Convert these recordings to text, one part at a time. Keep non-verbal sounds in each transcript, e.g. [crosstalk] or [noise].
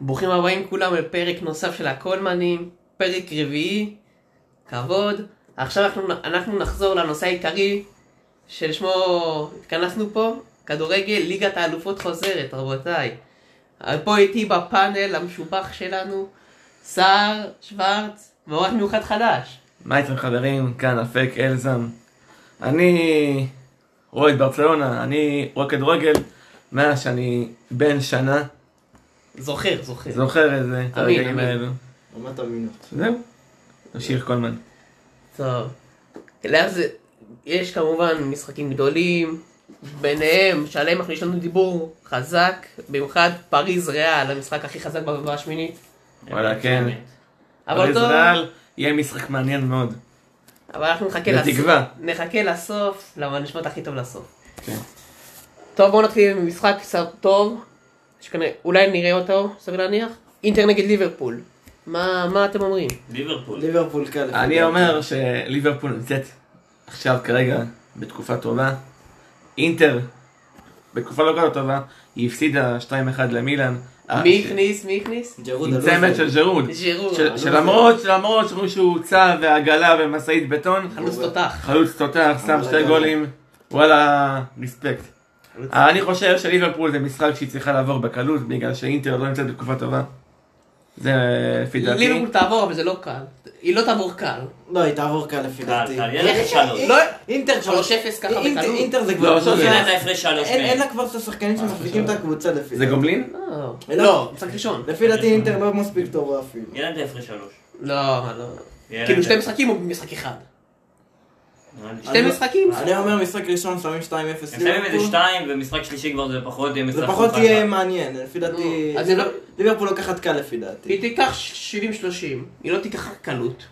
ברוכים הבאים כולם לפרק נוסף של הקולמנים, פרק רביעי, כבוד. עכשיו אנחנו, אנחנו נחזור לנושא העיקרי שלשמו התכנסנו פה, כדורגל, ליגת האלופות חוזרת, רבותיי. אה, פה איתי בפאנל המשובח שלנו, סער שוורץ, מאורח מיוחד חדש. מה איתם חברים? כאן אפק אלזם. אני רואה את ברצלונה, אני רואה כדורגל מאז שאני בן שנה, זוכר, זוכר. זוכר את זה, אמין, את הרגעים אמין. האלו. רמת אמינות. זהו, תמשיך קולמן. טוב. אז יש כמובן משחקים גדולים, ביניהם שעליהם אנחנו יש לנו דיבור חזק, במיוחד פריז ריאל, המשחק הכי חזק בבבה השמינית. וואלה, כן. אבל טוב, ריאל יהיה משחק מעניין מאוד. אבל אנחנו נחכה בתקווה. לסוף, נחכה לסוף, למה נשמעת הכי טוב לסוף. כן. טוב בואו נתחיל עם משחק קצת טוב, שכנראה, אולי נראה אותו, סביר להניח, אינטר נגד ליברפול. מה, מה אתם אומרים? ליברפול. ליברפול קל. לפי אני דעתי. אומר שליברפול נמצאת עכשיו כרגע בתקופה טובה. אינטר בתקופה לא כזאת טובה, היא הפסידה 2-1 למילאן. אה, מי הכניס? מי הכניס? ג'רוד עם אלוזה. צמד של ג'רוד. ז'ירו, של- שלמרות שלמרות שאומרים שהוא צב ועגלה ומשאית בטון, חלוץ תותח. חלוץ תותח, שם שתי גולים, וואלה, ריספקט. אני חושב שליברפול זה משחק שהיא צריכה לעבור בקלות, בגלל שאינטר לא נמצאת בתקופה טובה. זה לפי דעתי. ליברפול תעבור אבל זה לא קל, היא לא תעבור קל. לא, היא תעבור קל לפי קל, דעתי. קל, יהיה לה איך- שלוש. לא, אינטר כבר... 3-0 ככה אינטר- בקלות. אינטר זה לא, כבר... שלוש. אין אה, לה הפרש שלוש אין אין מהם. לה כבר את השחקנים שמחזיקים את הקבוצה לפי זה דעתי. גומלין? לא, אה, לא. לא, משחק ראשון. לפי דעתי אינטר לא מספיק טובה אפילו. יהיה להם את ההפרש שלוש. לא, לא. יהיה כאילו להם שתי את- משחקים או משחק אחד? נראה לי שתי שתי- משחקים? אני אומר משחק ראשון שמים 2-0 הם שמים איזה ליברפול. שתיים, ומשחק שלישי כבר זה פחות... הם זה יצטרכו פחות אחד יהיה אחד. מעניין, לפי דעתי... נו, אז הם לא- ליברפול לוקחת קל לפי דעתי. היא תיקח 70-30, היא לא תיקח קלות.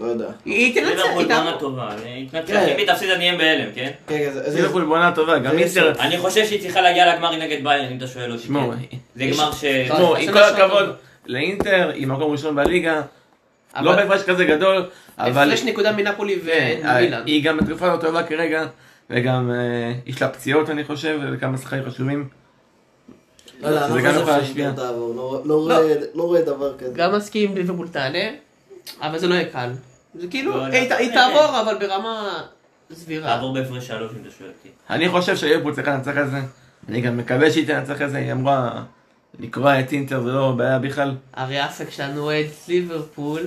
לא יודע. היא תנצח, ליברפול לא היא בעונה תעבור. טובה. היא תנצח. כן. אם היא תפסיד אני אהיה בהלם, כן? כן, זה- זה... ליברפול בעונה טובה, גם זה אינטר. יש- אני חושב שהיא צריכה להגיע לגמר נגד ביירן, אם אתה שואל אותי. תשמעו, כן. זה גמר ש... תשמעו, עם השנה כל שעברה. הכבוד לאינטר, היא מקום ראשון בליגה, אבל- לא בהפרש כזה גדול, אבל הפרש נקודה מנפולי כן, אה, ומילאן. היא גם בתקופה לא טובה כרגע, וגם אה, יש לה פציעות אני חושב, וכמה שחקנים חשובים. לא יודע, זה אני גם לא יכול חושב להשפיע. שאינטר תעבור. לא- לא רואה- לא רואה דבר כזה. גם מסכים עם ליברפול תעלה, אבל זה לא יהיה קל. זה כאילו, לא, היא ת- לא. היא תעבור אבל ברמה סבירה. תעבור בהפרש שלוש, אם אתה שואל אותי. אני חושב שהיופו צריכה לנצח את זה, אני גם מקווה שהיא תנצח את זה, היא אמרה לקרוע את אינטר זה לא בעיה בכלל. הרי אסק שלנו אוהד ליברפול,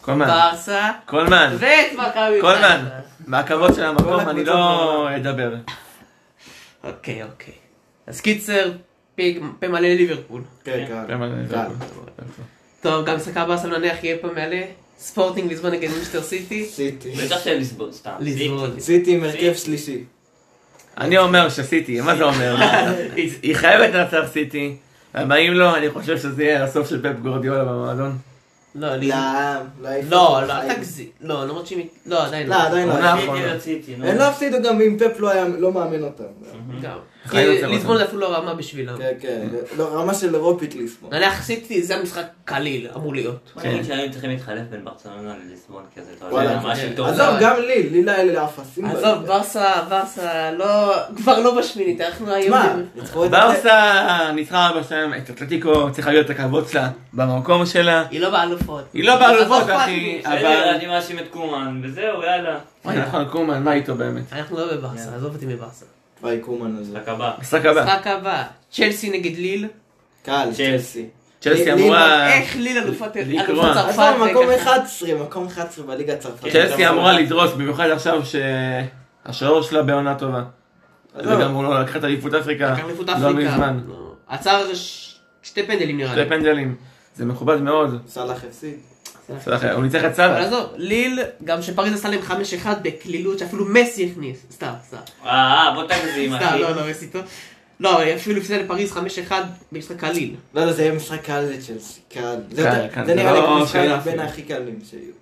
קולמן, ברסה, קולמן, ואת מכבי קולמן, חיפה. מהכבוד של המקום כל אני הקבוצות לא אדבר. אוקיי, אוקיי. אז קיצר, פה- פה מלא ליברפול. כן, קל. קל. טוב, גם שחקה באסל נניח יהיה פה מלא. ספורטינג ליזבון נגד מיסטר סיטי. סיטי. בטח של ליסבון, לא סתם. ליזבון. סיטי עם הרכב שלישי. אני אומר שסיטי, מה זה [laughs] אומר? היא- היא חייבת לנצח סיטי, אבל אם לא, אני חושב שזה יהיה הסוף של פפ גורדיולה במועדון. לא, לא, ליזבון. לא, לא, לא, אל תגזים. לא, למרות שהיא... מת- לא, עדיין לא. לא, עדיין לא. עונה רציתי, האחרונה. רציתי, נו. הם לא הפסידו גם אם פפ לא היה- לא מאמן אותם. גם. חי כי יוצא ליזבון זה אפילו לא רמה בשבילם. כן, כן, אה. לא, רמה של אירופית ליסמון. נניח סיטי זה המשחק קליל, אמור להיות. בוא נגיד שהיום צריכים להתחלף בין ברצלונה לליסבון כזה, אתה וואלה, יודע, משהו כן. טוב. עזוב, אבל- גם לי, לי לא היה לי לאפסים. עזוב, לא ברסה, ברסה, לא... כבר לא בשמינית, אנחנו היום... מה, ניצחו את ברסה ניצחה ארבע שתיים את אתלטיקו, צריכה להיות הכבוד שלה במקום שלה. היא לא באלופות. היא לא באלופות, אז לא אחי, אכפת בסדר, אבל... אני מאשים את קומן, וזהו, יאללה. אוי, נכון, קומן, מה איתו באמת? לי. אנחנו לא בברסה, עזוב אותי מברסה. וואי, קומן הזה. רק הבא. משחק הבא. משחק הבא, צ'לסי נגד ליל. כן. קל, צ'לסי. צ'לסי. צ'לסי לי- אמורה... אה, איך ליל אלופת לקרוע. אלופת צרפת? עזוב, זה מקום ככה. 11, מקום 11 בליגה הצרפתית. כן. צ'לסי אמורה לדרוס, במיוחד עכשיו שהשוער שלה בעונה טובה. עזוב. וגם הוא לא לקחה את אליפות אפריקה אה. לקח לאליפות לא אפריקה. מזמן. לא. עצר ש- שתי פנדלים נראה לי. שתי פנדלים. זה מכובד מאוד. סאלח הפסיד. סלח לי, הוא ניצח את אבל סאלח. עזוב, ליל, גם שפריז עשה להם 5-1 בקלילות, שאפילו מסי הכניס. סתם, סתם. אה, אה, בוא תגזים, סתם, אחי. לא, לא, מסי טוב. לא, היא אפילו הפסידה לפריז 5-1 במשחק קליל. לא, לא, זה יהיה משחק קל לצ'לסי. קל. זה קל, יותר- קל, זה זה נראה לי לא כמו שאלה משחק בין אפילו. הכי קלים שהיו.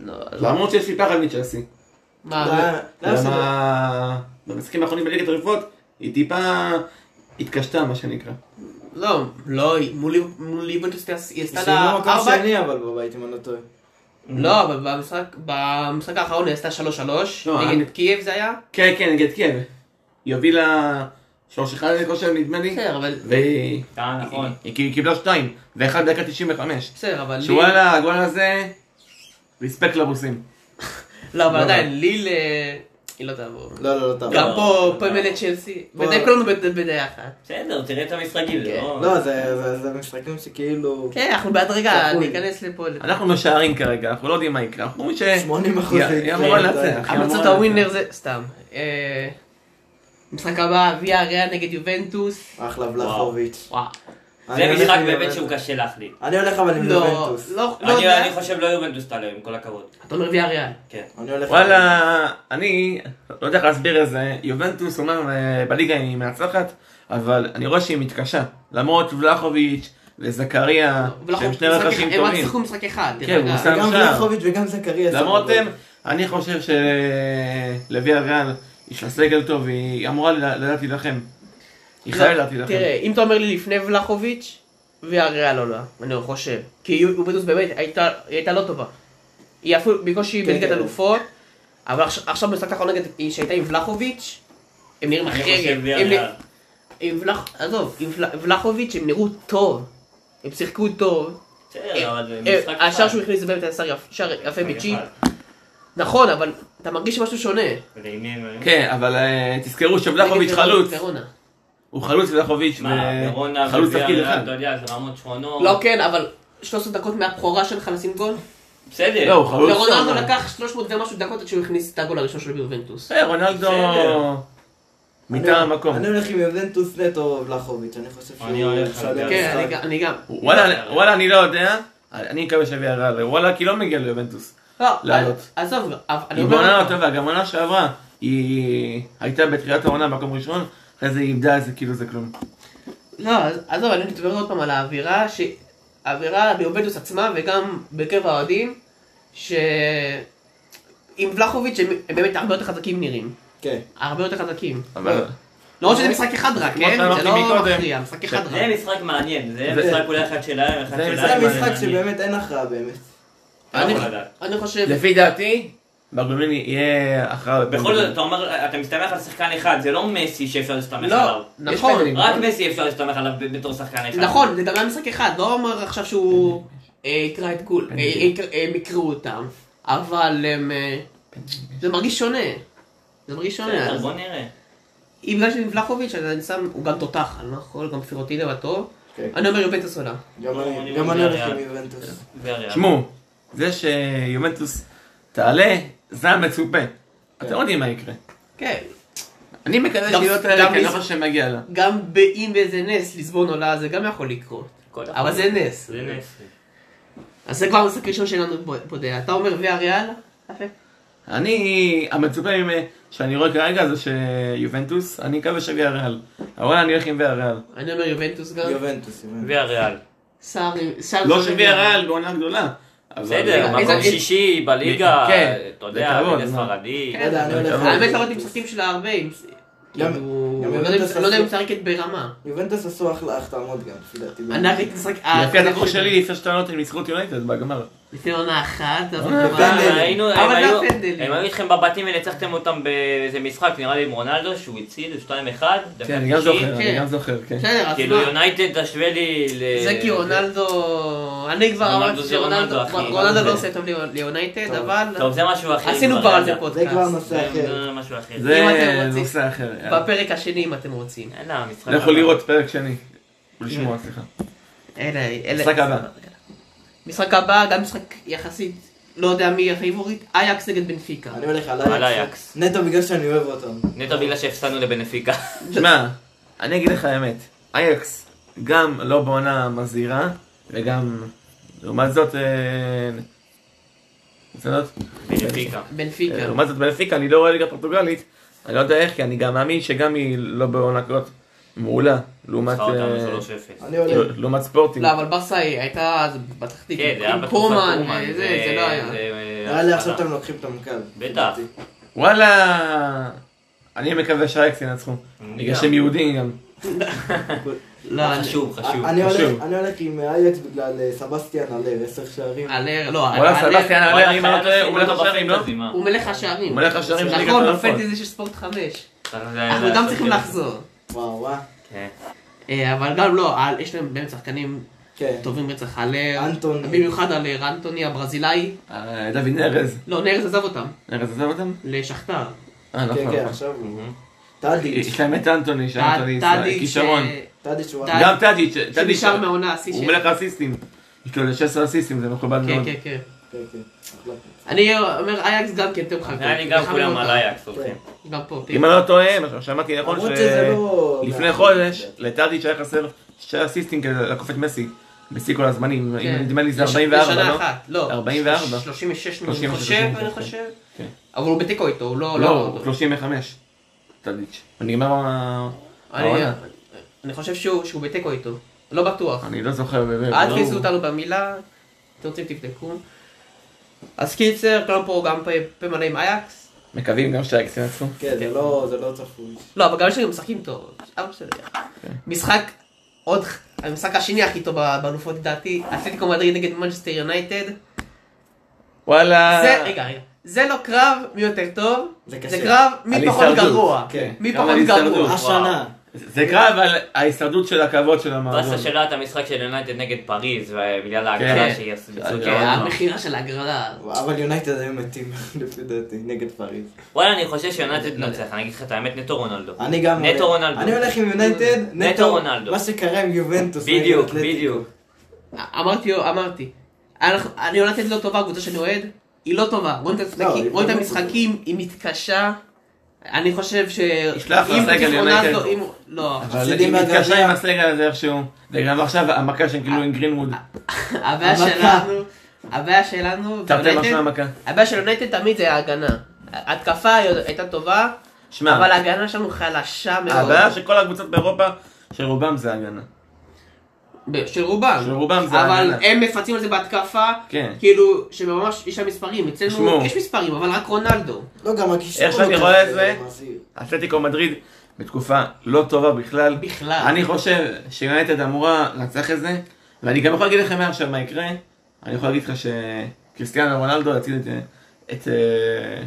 לא, לא. למרות שיש לי פחד מצ'לסי. מה, למה- למה זה לא- למה... במשחקים האחרונים בליגת הרפואות היא טיפה התקשתה מה שנקרא. לא, לא, היא- מול ליב- מול ליבנטוס היא עשתה היא לה סיימה לא מקום 4... שני אבל בבית, אם אני לא טועה. לא, אבל במשחק- במשחק האחרון היא עשתה 3-3, אה. לא, נגד אני- קייב זה היה. כן כן נגד קייב. היא הובילה שלוש אחד אני חושב, נדמה לי. בסדר, אבל... והיא אה, נכון. היא- היא קיבלה שתיים, ואחד דקה 95. בסדר, אבל... ליל- שוואלה, הגול הזה, ריספקט לבוסים. לא, אבל לא, עדיין, ליל... אה, היא לא תעבור. לא, לא, לא, גם טוב. לא, פה, לא. פה מלא צ'לסי. פה- ודי כולנו בד- בדעה אחת. בסדר, תראה את המשחקים, זה כן. לא... לא, זה זה- זה משחקים שכאילו... כן, אנחנו בהדרגה צפוי. ניכנס לפה. ל- אנחנו משערים כרגע, אנחנו לא יודעים מה יקרה, אנחנו אומרים ש... 80 אחוז. היא- היא אמורה לנצח. היא המלצות אמורה הווינר לנצח. זה... סתם. אה, משחק הבא, ויה ריאה נגד יובנטוס. אחלה ולחוביץ'. וואו. זה אני משחק הולך עם באמת יובנטוס. שהוא קשה להחליט. אני הולך אבל עם לא, יובנטוס. לא, לא אני יודע. אני חושב לא יובנטוס תעלה, עם כל הכבוד. אתה אומר ויה ריאה. כן. אני הולך... עם- וואלה, אני לא יודע איך להסביר את זה, יובנטוס אומנם אה, בליגה היא מנצחת, אבל אני רואה שהיא מתקשה. למרות ולחוביץ' וזכריה, שהם שני רכשים הם רק טובים. שיחקו משחק אחד. כן, דרך הוא אגב. עושה- גם עכשיו. ולחוביץ' וגם זכריה. סבבה. למרותם, אה, אני חושב שלוי הריאל, יש לה סגל טוב, היא אמורה ל- לדעת להילחם. היא חייבת לדעת להילחם. לא, תראה, אם אתה אומר לי לפני ולחוביץ', והריאל עולה, אני חושב. כי יובנטוס באמת הייתה היא הייתה לא טובה. היא אפילו בקושי כן, בליגת כן. אלופות, אבל עכשיו- עכשיו במשחק האחרון נגד- שהייתה עם ולחוביץ', הם נראים אני אחרת. חושב הם ויה נ- ריאל. עם ולח... עזוב, עם ול- ולחוביץ' הם נראו טוב. הם שיחקו טוב. בסדר, כן, אבל זה אה, משחק השער אחד. שהוא הכניס זה באמת היה שער יפ- שער יפה משחק מצ'יפ. אחד. נכון, אבל אתה מרגיש משהו שונה. ולעניין- כן, אבל אה, תזכרו שבלחוביץ' נגד חלוץ. ורונה. הוא חלוץ ולחוביץ', מה, ו- ורונה אה, חלוץ וויה תפקיד ריאל, אחד. אתה יודע, זה רמות שונות. לא כן, אבל 13 דקות מהבכורה שלך לשים גול? בסדר. לא, הוא חלוץ. לרונלדו טוב. לקח 300 ומשהו דקות עד שהוא הכניס את הגול הראשון שלו ביובנטוס. אה, רונלדו בסדר. אני- מטעם המקום. אני הולך עם יובנטוס נטו ולחוביץ'. אני חושב שהוא... אני הולך על משדר זה. כן, משחק. אני גם- אני גם. וואלה, וואלה, אני לא יודע. אני מקווה שהביא הרעל. וואלה, כי לא מגיע ליובנטוס. לא, לעלות. עזוב, אבל אני היא אומר בעונה לא לך, טובה, גם עונה שעברה. היא הייתה בתחילת העונה במקום ראשון, אחרי זה היא איבדה את זה כאילו זה כלום. לא, אז- עזוב, אני מתדבר עוד פעם על האווירה, ש- האווירה ביובנטוס עצמה וגם בקרב האוהדים, ש... עם ולחוביץ' הם הם באמת הרבה יותר חזקים נראים. כן. הרבה יותר חזקים. אבל... למרות שזה משחק אחד רק, כמו כן? שאמרתי זה לא מקודם, כן. מכריע, משחק ש- אחד רק. זה משחק מעניין, זה זה- משחק אולי אחד שלהם, אחד זה שלהם. משחק זה משחק מעניין. שבאמת אין הכרעה באמת. אתה לא אני- יכול לדעת. אני חושב... לפי דעתי, ברלומין יהיה אחריו. בכל זאת, אתה אומר, אתה מסתמך על שחקן אחד, זה לא מסי שאפשר להסתמך עליו. לא, נכון. פנדלים. רק מסי אפשר להסתמך עליו ב- בתור שחקן אחד. נכון, זה גם היה משחק אחד, לא אומר עכשיו שהוא אה, יקרא את כול, אה, יקר- אה, הם יקראו אותם, אבל הם, אה, זה מרגיש שונה. זה מרגיש שונה. בסדר, אז בוא נראה. אם גם של ולחוביץ', אז אני שם, הוא גם תותח, אני לא יכול, גם פירוטינה בטוב. כן. אני אומר יובנטוס עולה. גם לא, אני כן. אני גם מודה אני הולך לאן. עם יובנטוס. וריאל. תשמעו, זה שיומנטוס תעלה, זה המצופה. אתם יודעים מה יקרה. כן. אני מקווה גם- שהיא לא תעלה, גם כי אני לא ליס- חושב שמגיע לה. גם ב- אם באיזה נס ליסבון עולה, זה גם יכול לקרות. הכל יכול אבל זה להיות. נס. זה נס. אז זה כבר המשחק הראשון שלנו פה- פה דעה. אתה אומר ויה ריאל? יפה. אני, המצופה ממ- שאני רואה כרגע זה שיובנטוס, אני מקווה שוויה ריאל. אבל אני הולך עם ויה ריאל. אני אומר יובנטוס גם. יובנטוס. יובנטוס. וריאל. סער, סער- לא שוויה ריאל בעונה גדולה. אבל- בסדר, איזה- מקום איזה- שישי בליגה, כן, אתה יודע, בכבוד, ליגה מה. ספרדית. כן, אני הולך אבל- על האמת לא ראיתי יובנטוס. משחקים שלה הרבה, אם- גם- כאילו, גם לא יודע אם- יובנטוס לא יודע אם עשו- צחקת ברמה. יובנטוס עשו אחלה החתמות גם, לפי דעתי. אני רק משחק... לפי התחום שלי, לפני שאתה נותן, הם ניצחו את יונייטד בגמר. לפני עונה אחת, אבל- אה, אבל פנדלים. היינו- אבל הם זה היו- הפנדלים. הם היו איתכם בבתים וניצחתם אותם באיזה משחק, נראה לי עם רונלדו, שהוא הציל 2-1. דקה כן, אני גם תשעים. זוכר, כן. אני גם זוכר, כן. בסדר, אז כאילו מה? יונייטד תשווה לי ל... זה כי רונלדו... אני כבר רונלדו אמרתי זה שרונלדו רונלדו, אחי. רונלדו זה- לא עושה טוב לי- ליונייטד, טוב. אבל... טוב, זה משהו אחר. עשינו כבר על זה זה פודקאסט. כבר נושא זה אחר. זה משהו אחר. זה אם אתם רוצים- נושא אחר. יאללה. בפרק השני אם אתם רוצים. יאללה, המשחק לכו הבא. לראות פרק שני. ולשמוע, סליחה. אלה, אלה... משחק הבא. משחק הבא, גם משחק יחסית, לא יודע מי הפייבוריט, אייקס נגד בנפיקה. אני הולך על על אייקס. אייקס. נטו בגלל שאני אוהב אותם. נטו בגלל שהפסדנו [laughs] לבנפיקה. שמע, אני אגיד לך האמת, אייקס גם לא בעונה מזהירה, וגם לעומת זאת, אה, בסדר? בנפיקה. בנפיקה. אה, לעומת זאת בנפיקה, אני לא רואה ליגה פורטוגלית, אני לא יודע איך, כי אני גם מאמין שגם היא לא בעונה כזאת מעולה, לעומת ניצחה אותנו אה, 3-0. אני הולך. לעומת ספורטים. לא, אבל ברסה היא הייתה אז בתחתית. כן, זה היה עם בתקופת קומן, קומן, זה, זה לא היה. זה- אה, נראה לי עכשיו הפסדה. אתם לוקחים את המקל. בטח. וואלה, אני מקווה שהאייקס ינצחו, אני בגלל גם. שהם יהודים גם. לא, חשוב, חשוב. אני חשוב. הולך- אני הולך עם אייקס בגלל אה, סבסטיאן עלר, עשר שערים. אה. אלר, לא, וואלה, אלר- סבסטיאן וואלה, עלר, אם אני לא טועה, חייב הוא הולך לשים אותו לשערים, לא? בפנטזימה. הוא מלך השערים. הוא מלך השערים של ליגת נכון, האלופות. בפנטזי של ספורט חמש. צריך זה- אנחנו זה- גם זה- צריכים זה- לחזור. וואו וואו. כן. אה, אבל גם לא, על- יש להם באמת שחקנים כן. טובים רצח על... אה, אנטוני. במיוחד על אה, אנטוני הברזילאי. אה, דוד ארז. לא, נרס עזב אותם, ארז עזב אותם? לשכתר. אה, כן, נכון. כן, נכון. עכשיו. מהמם. טאדיץ'. יש להם את אנטוני, שאנטוני ישראל, כישרון. טאדיץ' הוא... טאדיץ'. גם טאדיץ', טאדיץ', אה, שנשאר אה, מהעונה השיא הוא של- מלך האסיסטים. יש לו 16 אסיסטים, זה מכובד כן, מאוד. כן, כן. כן, כן. אחלה. אני אומר, אייקס גם כן, אתם חייבים. נראה לי גם כולם על אייקס הולכים. כן. גם פה. אם אני לא טועה, מה ששמעתי נכון, למרות שזה לא... לפני חודש, לטאדיץ' היה חסר שתי אסיסטים כדי לעקוף את מסי. בשיא כל הזמנים, אם כן. נדמה לי זה לש- 44, לשנה לא? אחת, לא. 44. 36 אני 36, חושב, כן. אני חושב. כן. אבל הוא בתיקו איתו, הוא לא... לא, הוא לא- 35. טאדיץ'. נגמר ה- אני- העונה. אני חושב שהוא שהוא בתיקו איתו. לא בטוח. אני לא זוכר. באמת, אל לא- תכניסו אותנו במילה, אתם רוצים תבדקו. אז קיצר, כולם פה גם פ- פה מלא עם אייקס. מקווים גם שהאקסים יצאו. כן, זה לא- זה לא צפוי. לא, אבל גם יש לנו משחקים טוב. אבל בסדר. כן. משחק עוד, המשחק השני הכי טוב באלופות לדעתי, אתלטיקו מדריד נגד מנצ'סטר יונייטד. וואלה. זה, אה, רגע, רגע. זה לא קרב מי יותר טוב, זה זה אה, קשה. קרב מי על פחות הישרדות. גרוע. כן. מי גם על פחות הישרדות. גרוע. השנה. זה קרב על ההישרדות של הכבוד של המועדון. באסה שלא את המשחק של יונייטד נגד פריז, ובגלל כן. ההגרלה שהיא עשו. כן. כן, המכירה של ההגרלה. אבל יונייטד היו מתים, [laughs] לפי דעתי, נגד פריז. וואלה, אני חושב שיונייטד נצח, אני אגיד לך את האמת, נטו רונלדו. אני גם... נטו רונלדו. אני הולך עם יונייטד, נטו רונלדו. מה שקרה עם יובנטוס. נגד בדיוק, אתלטיקו. בדיוק. אמרתי, אמרתי. אנחנו- אני יונייטד לא טובה, הקבוצה שאני אוהד, היא לא טובה. רואים את המשחקים- היא רואים את לא באמת המשחקים, היא מתקשה. אני חושב ש... ישלח אם לסגל תיקח יונייטד. רונלדו, אם הוא- [laughs] לא. אבל הפסידים היא מהגביע. מתקשה עם הסגל הזה איכשהו. וגם עכשיו המכה שהם קיבלו עם גרינווד. הבעיה המכה. שלנו, הבעיה שלנו, תרתי ויונייטד- משמע מכה. הבעיה של יונייטד תמיד זה ההגנה. ההתקפה הייתה טובה, שמע. אבל ההגנה שלנו חלשה מאוד. הבעיה שכל הקבוצות באירופה, שרובם זה הגנה. ב- של רובם. של רובם זה אבל ההגנה. הם מפצים על זה בהתקפה, כן. כאילו, שממש יש שם מספרים. אצלנו תשמעו. יש מספרים, אבל רק רונלדו. לא, גם הכישרון. איך שאני הוא רואה כזה, את זה, מזהיר. אתלטיקו מדריד בתקופה לא טובה בכלל. בכלל. אני חושב שיונייטד אמורה לנצח את זה, ואני גם יכול להגיד לכם מעכשיו מה יקרה. אני יכול להגיד לך שקריסטיאנו רונלדו יציל את... את... אה,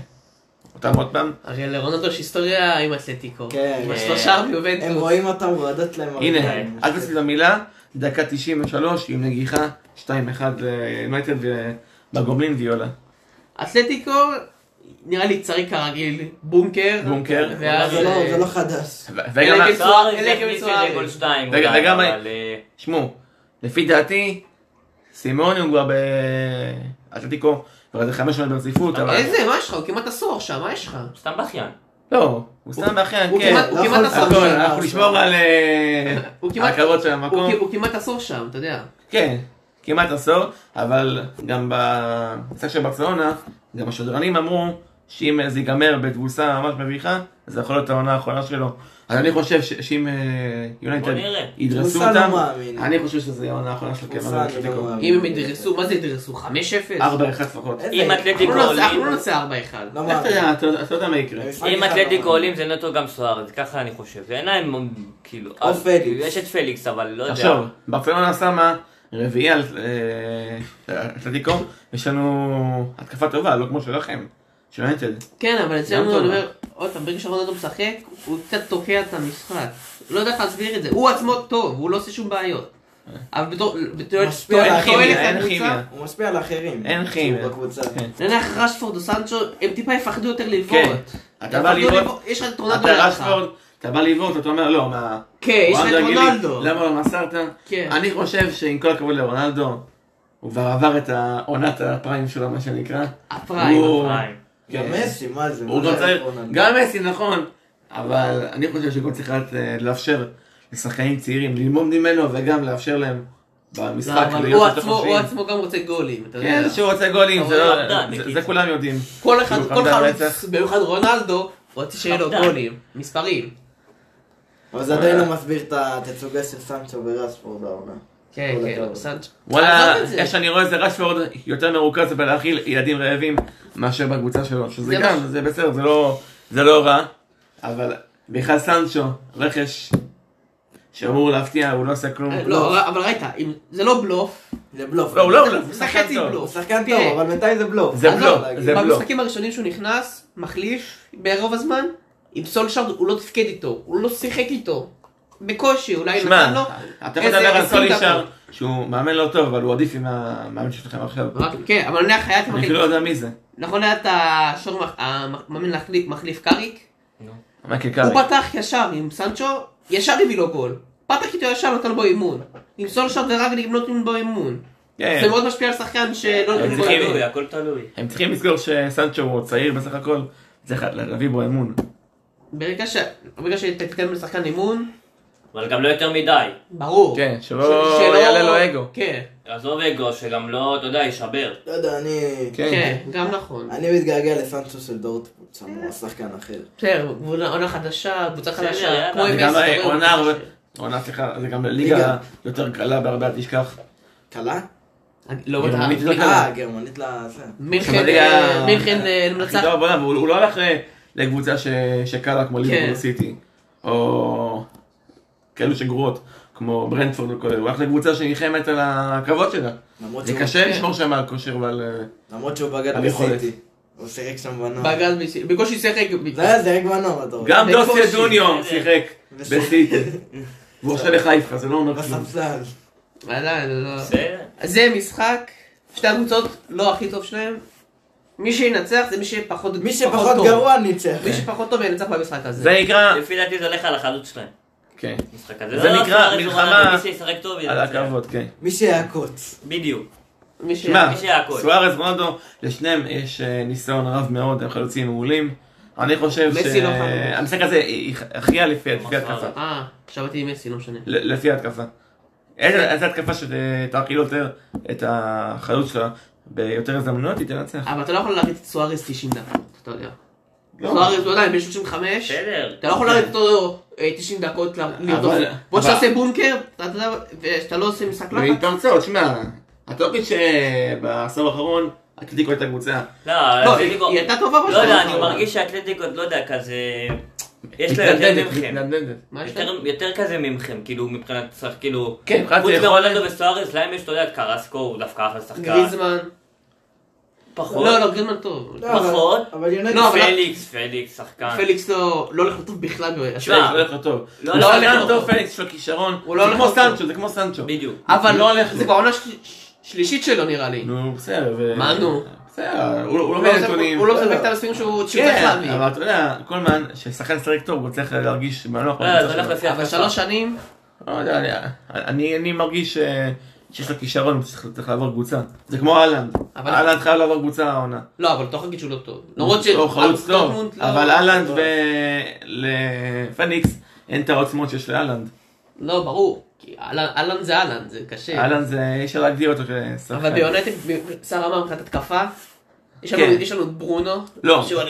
אותם עוד פעם. הרי לרונלדו יש היסטוריה עם אתלטיקו. כן. עם השלושה הם מיובנטוס. רואים אותם, רועדת להם. הנה, הרגליים. אל תעשי במילה, דקה 93 עם נגיחה אה, 2-1 ליונייטד ובגומלין ויולה. אתלטיקו, נראה לי צרי כרגיל, בונקר. בונקר. ואז... זה לא- אה, זה לא חדש. ו- וגם, אלגנט. סוארז אלה הכניס כאילו איזה גול שתיים, רגע, אולי, וגם ה- אבל... אה, שמעו, לפי דעתי, סימוני הוא כבר באתלטיקו, כבר איזה חמש שנות ברציפות, אבל... איזה, מה יש לך? הוא כמעט עשור עכשיו, מה יש לך? סתם בכיין. לא, הוא סתם באחיין, הוא כן. כמעט- הוא לא כמעט יכול- עשור הכל, שם. אנחנו נשמור על אה, הוא כמעט- הכבוד של הוא המקום. כ- הוא כמעט עשור שם, אתה יודע. כן, כמעט עשור, אבל גם במשחק של ברצלונה, גם השדרנים אמרו שאם זה ייגמר בתבוסה ממש מביכה, זה יכול להיות העונה האחרונה שלו. אז אני חושב ש- שאם אה, בוא יונייטד נראה. ידרסו תבוסה לא אותם, מאמין. אני חושב שזו העונה האחרונה שלו כן, תבוסה כמאמן אני לא אתלטיקו. מאמין. אם הם ידרסו, מה זה ידרסו? 5-0? 4-1 לפחות. איזה- אם אתלטיקו אנחנו לא- אנחנו עולים, לא נעשה 4-1. לא איך אתה מאמין. יודע, אתה יודע- אתה יודע מה יקרה. המשחק אם אחד לא אתלטיקו מאמין. עולים זה נטו גם סוארז, ככה אני חושב. אין להם כאילו... או אה, פליקס. יש את פליקס, אבל לא יודע. עכשיו, ברצלונה שמה רביעי על אה, אתלטיקו, יש לנו התקפה טובה, לא כמו שלכם, של יונייטד. כן, אבל גם אצלנו, טוב. אני אומר, עוד פעם, ברגע שרונלדו משחק, הוא קצת תוקע את המשחק. לא יודע איך להסביר את זה. הוא עצמו טוב, הוא לא עושה שום בעיות. אבל בתור... בתור... משפיע על בתור- הכימיה, תועלת אין לקבוצה, כימיה. הוא משפיע על האחרים. אין כימיה. בקבוצה. כן. נניח רשפורד או סנצ'ו, הם טיפה יפחדו יותר כן, לבעוט. אתה בא יפחדו לבעוט, לבעוט, יש לא לך את רונלדו אתה לידך. רשפורד, אתה בא לבעוט, אתה אומר לא, מה... כן, יש לך את רונלדו יגיד לי, רונלדו. למה לא מסרת? כן. אני חושב שעם כל הכבוד לרונלדו, הוא כבר עבר את העונת הפריים שלו, מה שנקרא. הפריים. הוא- פריים. גם כן. מסי, מה זה? הוא מה גם אה, זה צריך, רונלדו? גם מסי נכון, אבל אני חושב שגם צריך לדעת, אה, לאפשר לשחקנים צעירים ללמוד ממנו וגם לאפשר להם לא, במשחק אבל הוא להיות יותר עצמו- הוא חופשיים. עצמו גם רוצה גולים, אתה יודע. כן, שהוא רוצה גולים, זה אבל לא- הוא חמדן, זה- בקיצור. זה כולם יודעים. כל אחד, כאילו, כל חמדן חלוץ, רצח. במיוחד רונלדו, רוצה שיהיה לו חמדן. גולים, מספרים. אבל זה עדיין לא מסביר את התצוגה של סנצ'ו ורספורד העונה. כן, כל כן, הכבוד. סנצ'ו. וואלה, עזוב את זה. איך שאני רואה זה רשפורד יותר מרוכז בלהאכיל ילדים רעבים מאשר בקבוצה שלו, שזה זה גם, מה ש- זה בסדר, זה לא- זה לא רע, אבל בכלל סנצ'ו, רכש שאמור להפתיע, הוא לא עושה כלום. אה, לא, אבל ראית, אם- זה לא בלוף, זה בלוף. לא, הוא לא, זה הוא שחקן חצי טוב. בלוף. הוא שחקן טוב, תראה. אבל בינתיים זה בלוף. זה אני בלוף, לא יכול זה להגיד. בלוף. במשחקים הראשונים שהוא נכנס, מחליף ברוב הזמן, עם סולשארד הוא לא תפקד איתו, הוא לא שיחק איתו. בקושי, אולי נתן לו שמע, אתה יכול לא. איזה לדבר על עשרים סולישר, דקות. שהוא מאמן לא טוב, אבל הוא עדיף עם המאמן שלכם עכשיו. רק- כן, אבל נניח היה את אני המחליף- אפילו לא יודע מי זה. נכון היה את השור, מח- המאמן להחליף- מחליף קאריק? מייקל הוא קארי. פתח ישר עם סנצ'ו, ישר הביא לו גול. פתח איתו ישר נתן בו אימון. עם סולשארד ורגניק נותנים בו אימון. כן. כאילו- זה מאוד משפיע על שחקן שלא נותנים בו זה אימון. תלוי, כאילו, הכל תלוי. הם צריכים לזכור שסנצ'ו הוא צעיר בסך הכל, צריך להביא בו אמון. ברגע ש- ברגע שתיתן לשחקן אימון, אבל גם לא יותר מדי. ברור. כן, שלא ש- שלא- יעלה לו אגו. כן, עזוב אגו, שגם לא, אתה יודע, יישבר. לא יודע, אני... כן, גם נכון. אני מתגעגע לסנצ'ו של דורטמונד, שם הוא שחקן אחר. בסדר, גבול- עונה חדשה, קבוצה בסדר, חדשה, יאללה. כמו עם זה גם אה, מסי, כמו עם עונה, מסי. הרבה- עונה, סליחה, זה גם ליגה ליגה. יותר קלה בהרבה, אל תשכח. קלה? אני- לא יודע, גרמנית לא קלה. אה, גרמנית לזה. מינכן, שבליגה- אה, מינכן אה, הכי מנצחת, טובה בעולם, הוא הוא לא הלך אה, לקבוצה ש- שקלה כמו ליברפול סיטי, או כאלו שגרועות, כמו ברנדפורד וכו', הוא הלך לקבוצה שנלחמת על הכבוד שלה. למרות זה שהוא- קשה כן. לשמור שם על כושר ועל... אה, למרות שהוא בגד על יכולת. בסיטי. הוא שיחק שם בנוער. בגד בסיטי, בקושי שיחק, אה. זה היה זרק בנוער, אתה רואה. גם בקושי. דוסיה דוניו שיחק בסדר. בסיטי. והוא עושה לחיפה, זה לא אומר כלום. בספסל. עדיין, לא. בסדר. זה משחק, שתי הקבוצות לא הכי טוב שלהם, מי שינצח זה מי שפחות מי פחות שפחות טוב. גרוע ניצח. מי שפחות טוב ינצח במשחק הזה, זה נקרא... לפי דעתי זה הולך על החלוץ שלהם. כן. משחק הזה. זה לא, לא, נקרא ספרד, מלחמה ספרד, מי שישחק טוב על ינצח. הכבוד, כן. מי שיעקוץ. בדיוק. מי ש... שמע, מי שהכל. סוארז רונדו, לשניהם יש אה, ניסיון רב מאוד, הם חלוצים מעולים. אני חושב מסי לא חלוץ. שהמשחק הזה אה, הכריע לפי לפי התקפה. אה, חשבתי עם מסי, לא משנה, ל- לפי ההתקפה. איזה איזה התקפה שתעקיל כאילו יותר את החלוץ שלה ביותר הזדמנויות, היא תנצח. אבל אתה לא יכול להריץ את סוארז 90 דקות, אתה יודע, לא. סוארז הוא עדיין בן 35, בסדר. אתה לא יכול לרדת אותו אה, 90 דקות ל- לרדוף. אבל- בוא אבל- תעשה בונקר, אתה יודע, ושאתה לא עושה משחק והיא לחץ. תרצה, שמע, אתה לא מבין שבעשור האחרון, אתלטיקו הייתה קבוצה. לא, לא, אתלטיקו- היא הייתה טובה לא בשנה יודע, אני האחרונה. מרגיש שהאתלטיקות, לא יודע, כזה... יש לה יותר מכם. מתנדנדת. מה יש להם? יותר- יותר כזה ממכם, כאילו, מבחינת שחק, כאילו... כן, מבחינת חוץ יכולת. מרולנדו וסוארז, להם יש, אתה יודע, את קרסקו, הוא דווקא אחלה שחקן. גריזמן. פחות. לא, לא, גריזמן טוב. נכון. לא, אבל- פחות. אבל יונתן... לא, אבל- פליקס, פליקס, שחקן. פליקס לא לא הולך לטוב בכלל. ב- שמע, פליקס לא הולך לו טוב. לא, הוא לא הולך שחקן לו טוב, טוב. פליקס יש לו כישרון. הוא לא זה הולך כמו לו טוב. סנצ'ו, זה כמו סנצ'ו. בדיוק. אבל לא הולך זה לו. כבר עונה של- שלישית שלו נראה לי. נו, בסדר. ו- מה נו? בסדר, הוא הוא לא הוא לא מבין עושה- נתונים. הוא לא מספק את המספרים שהוא שהוא צריך כן, להביא. אבל אתה יודע, כל מן ששחקן משחק טוב, הוא צריך להרגיש מנוח. אה, לא, בקבוצה זה הולך שלו. לפי אבל ההתקפה. שלוש שנים, לא יודע, אני- אני אני מרגיש אה, שיש לו כישרון, הוא צריך צריך לעבור קבוצה. זה כמו אהלנד. אבל- אהלנד חייב לעבור קבוצה העונה. לא, אבל אתה יכול להגיד שהוא לא טוב. למרות ש... הוא חלוץ טוב, דורטמונד לא- אבל אהלנד ולפניקס אין את העוצמות שיש לאהלנד. לא, ברור. כי אהלן אהלן זה אהלן, זה קשה. אהלנד זה, אי אפשר להגדיר אותו כשחקן. כן. אבל אוקיי. ביונייטד, שר אמר מבחינת התקפה, יש לנו- כן. יש לנו את ברונו, לא. שהוא אני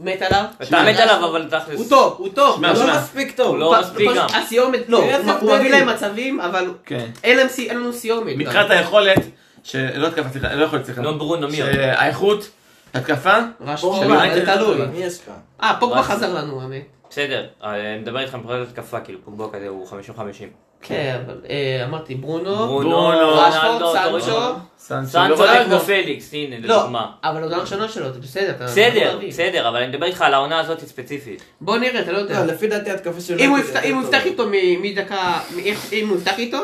מת עליו, אתה מת עליו, אבל תכלס. הוא טוב, הוא טוב, שמע, הוא הוא שמע. לא מספיק טוב. הוא לא- פ- מספיק פשוט גם. הסיומת, לא, תראה איזה הוא- הוא מביא הבדלים. להם מצבים, אבל כן. אין להם סי- אין לנו סיומת, מבחינת היכולת, שלא התקפה, סליחה, לא יכולת, סליחה. נו, ברונו, מי עוד? האיכות, התקפה, רשת בוא, של מה, יונייטד זה תלוי, טוב. מי יש לך? אה פוגבה רשת. חזר לנו, האמת, בסדר, אה, אני מדבר איתך מבחינת התקפה, כאילו פוגבו כזה הוא 50-50. כן, אבל אה, אמרתי ברונו, ברונו, רשפורד, רונלדו, סנצ'ו, טורינו. סנצ'ו, לא סנצ'ו ורונלדו. ופליקס, הנה, לא, לדוגמה. אבל העונה הראשונה שלו, זה בסדר, אתה- אנחנו לא בסדר, אוהבים. בסדר, אבל אני מדבר איתך על העונה הזאת ספציפית. בוא נראה, אתה לא יודע, לא, לפי דעתי התקפה של... אם הוא יונתן יפתח- יותר אם הוא טוב. יפתח איתו מ- מדקה, מ- איך- אם הוא יפתח איתו,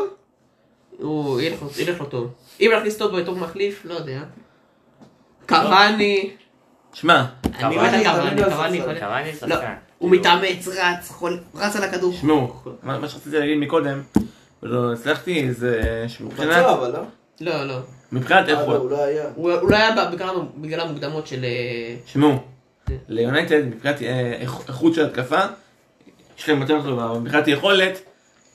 הוא ילך לו- ילך לו טוב, אם נכניס אותו בתור מחליף, לא יודע, קוואני, שמע, אני קוואני, מת על תמיד קוואני, קוואני, על קוואני. הספסל. קוואני לא, שחקן. כאילו, הוא מתאמץ, רץ, חול- רץ על הכדור. תשמעו, מה מה שרציתי להגיד מקודם, ולא הצלחתי, זה הוא שמבחינת, פצוע, אבל לא? לא, לא. מבחינת אה, לא, איכות, הוא לא היה. הוא הוא לא היה ב- בגלל המ- בגלל המוקדמות של... אה, שמעו, ליונייטד מבחינת אה, איכ- איכות של התקפה, יש להם יותר טובה, אבל מבחינת יכולת,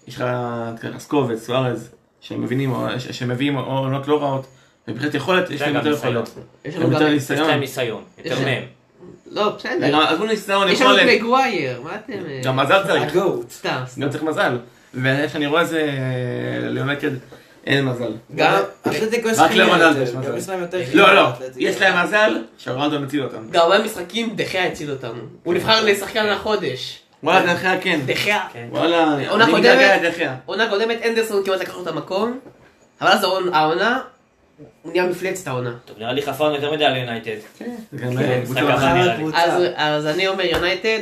יש לך את קרסקו ואת סוארז, שהם מבינים, או- ש- שהם מביאים עונות לא רעות, ומבחינת יכולת יש זה להם גם יותר ניסיון. יכולת, יש הם לנו גם... יותר יש ניסיון, להם ניסיון, יותר יש להם. מהם. לא, בסדר. וגם- עזבו ניסיון, יש לנו את יכולת, מגווייר, מה אתם... אה, גם מזל צריך, הגוט. סתם, סתם. גם צריך מזל, ואיך שאני רואה זה אה, ליונייטד אין מזל. גם- אתלטיקו יש רק להם לרונלדו יותר, יש מזל. גם יש להם יותר לא, חיליות לא, לאתלטיקו. יש להם מזל שרונלדו מציל אותם. גם הרבה משחקים דחיה הציל אותנו. הוא נבחר לשחקן החודש. וואלה, דחיה כן. דחיה. כן. וואלה, אני עונה קודמת? מתגעגע לדחיה. עונה קודמת, אנדרסון כמעט לקח לו את המקום, אבל אז העונה- העונה, הוא נהיה מפלצת העונה. טוב, נראה לי חפרנו יותר מדי על יונייטד. כן, זה גם כן, אה, קבוצה סגר. אחת. אחר נראה לי. הקבוצה. אז- אז אני אומר יונייטד,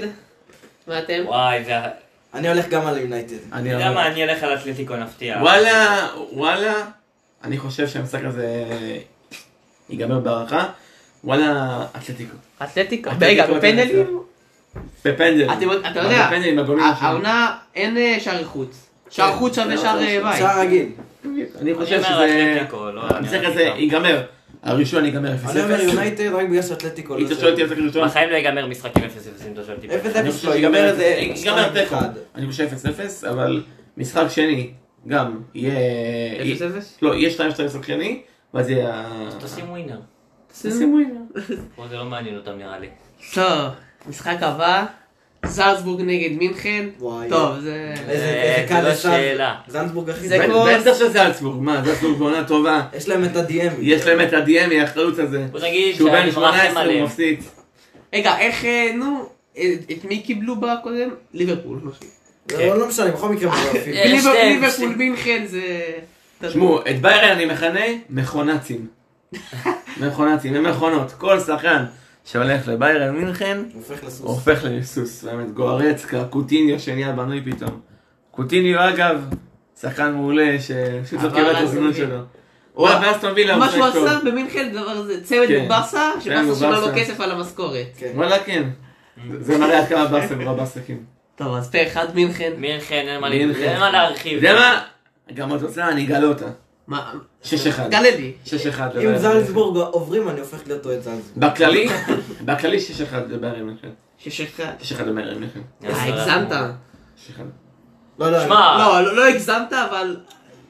מה אתם? וואי, זה... ה- אני הולך גם על יונייטד. אני אתה יודע אבל- מה, אני אלך על אתלטיקו נפתיע. כן. וואלה, וואלה, אני חושב שהמשחק הזה ייגמר בהערכה. וואלה, אתלטיקו. אתלטיקה. אתלטיקו רגע, אתה בפנדלים? בפנדל. אתם עוד- אתה יודע, בפנדלים, הגולים ה- שם. העונה אין אה, שער חוץ. שער חוץ שווה לא, שער לא, אה, לא, בית. שער רגיל. אני חושב אני אומר שזה... אתלטיקו, לא, המשחק אני הזה איתם. ייגמר. הראשון ייגמר 0-0. אני אומר יונייטד רק בגלל שאתלטיקו אם אתה שואל אותי המשחק הראשון, בחיים לא ייגמר משחקים 0-0 אם אתה שואל אותי. אפס אני אפס חושב לא, שיגמר ייגמר את זה, ייגמר תיקו. אחד. אני חושב 0-0, אבל משחק שני, גם, יהיה... אפס אפס? לא, יהיה 2-2 משחק שני, ואז יהיה... אז תשים ווינר. תשימו עניין. פה זה לא מעניין אותם נראה לי. [laughs] טוב, משחק הבא, זלצבורג נגד מינכן. וואי. טוב, זה... איזה אה, איזה זו קל לא לזנד- שאלה. זנדבורג אחי. זה זה- כמו- בטח שזלצבורג, מה, זלצבורג בעונה טובה, יש להם את הדיאמי. יש להם את הדיאמי, החלוץ הזה. בוא נגיד שהוא בן שאני מרחם 18 הוא עליהם. מפסיד. רגע, איך, אה, נו, אה, את מי קיבלו בקודם? אה, ליברפול. משהו. זה לא- לא משנה, בכל מקרה הם מטורפים. אה, ליבר- שתיהם, ליברפול שתיהם. מינכן זה... תשמעו, את ביירן אני מכנה מכונצים. מכונצים, הם מכונות. כל שחקן שהולך לביירן מינכן, הוא הופך הוא לסוס. הופך לסוס. באמת, גוארצקה, קוטיניו שנהיה בנוי פתאום. קוטיניו אגב, שחקן מעולה, שפשוט לא אבל קיבל את אסטון הזמינות וילה. שלו. הוא היה באסטון וילה, הוא מה שהוא משחק טוב. עשה במינכן זה דבר זה צמד כן. בברסה, שבאסה צמד שילמה לו בברסה. כסף על המשכורת. כן. וואלה כן. Mm. זה- זה מראה עד כמה באסה כן. גרוע [laughs] בעסקים. טוב, אז פה אחד מינכן. מינכן, אין מה לי- מינכן. אין מה להרחיב. אתה יודע מה? גם התוצאה, אני אגלה אותה. מה? 6-1. גלה לי. 6-1. אם לביירן. זלצבורג עוברים, אני הופך להיות אוהד זלצבורג. בכללי, בכללי 6-1 לביירן מינכן. שש אחד. 6-1 לביירן מינכן. אה, הגזמת. 6-1. לא, לא, שמע, לא, לא לא הגזמת, אבל...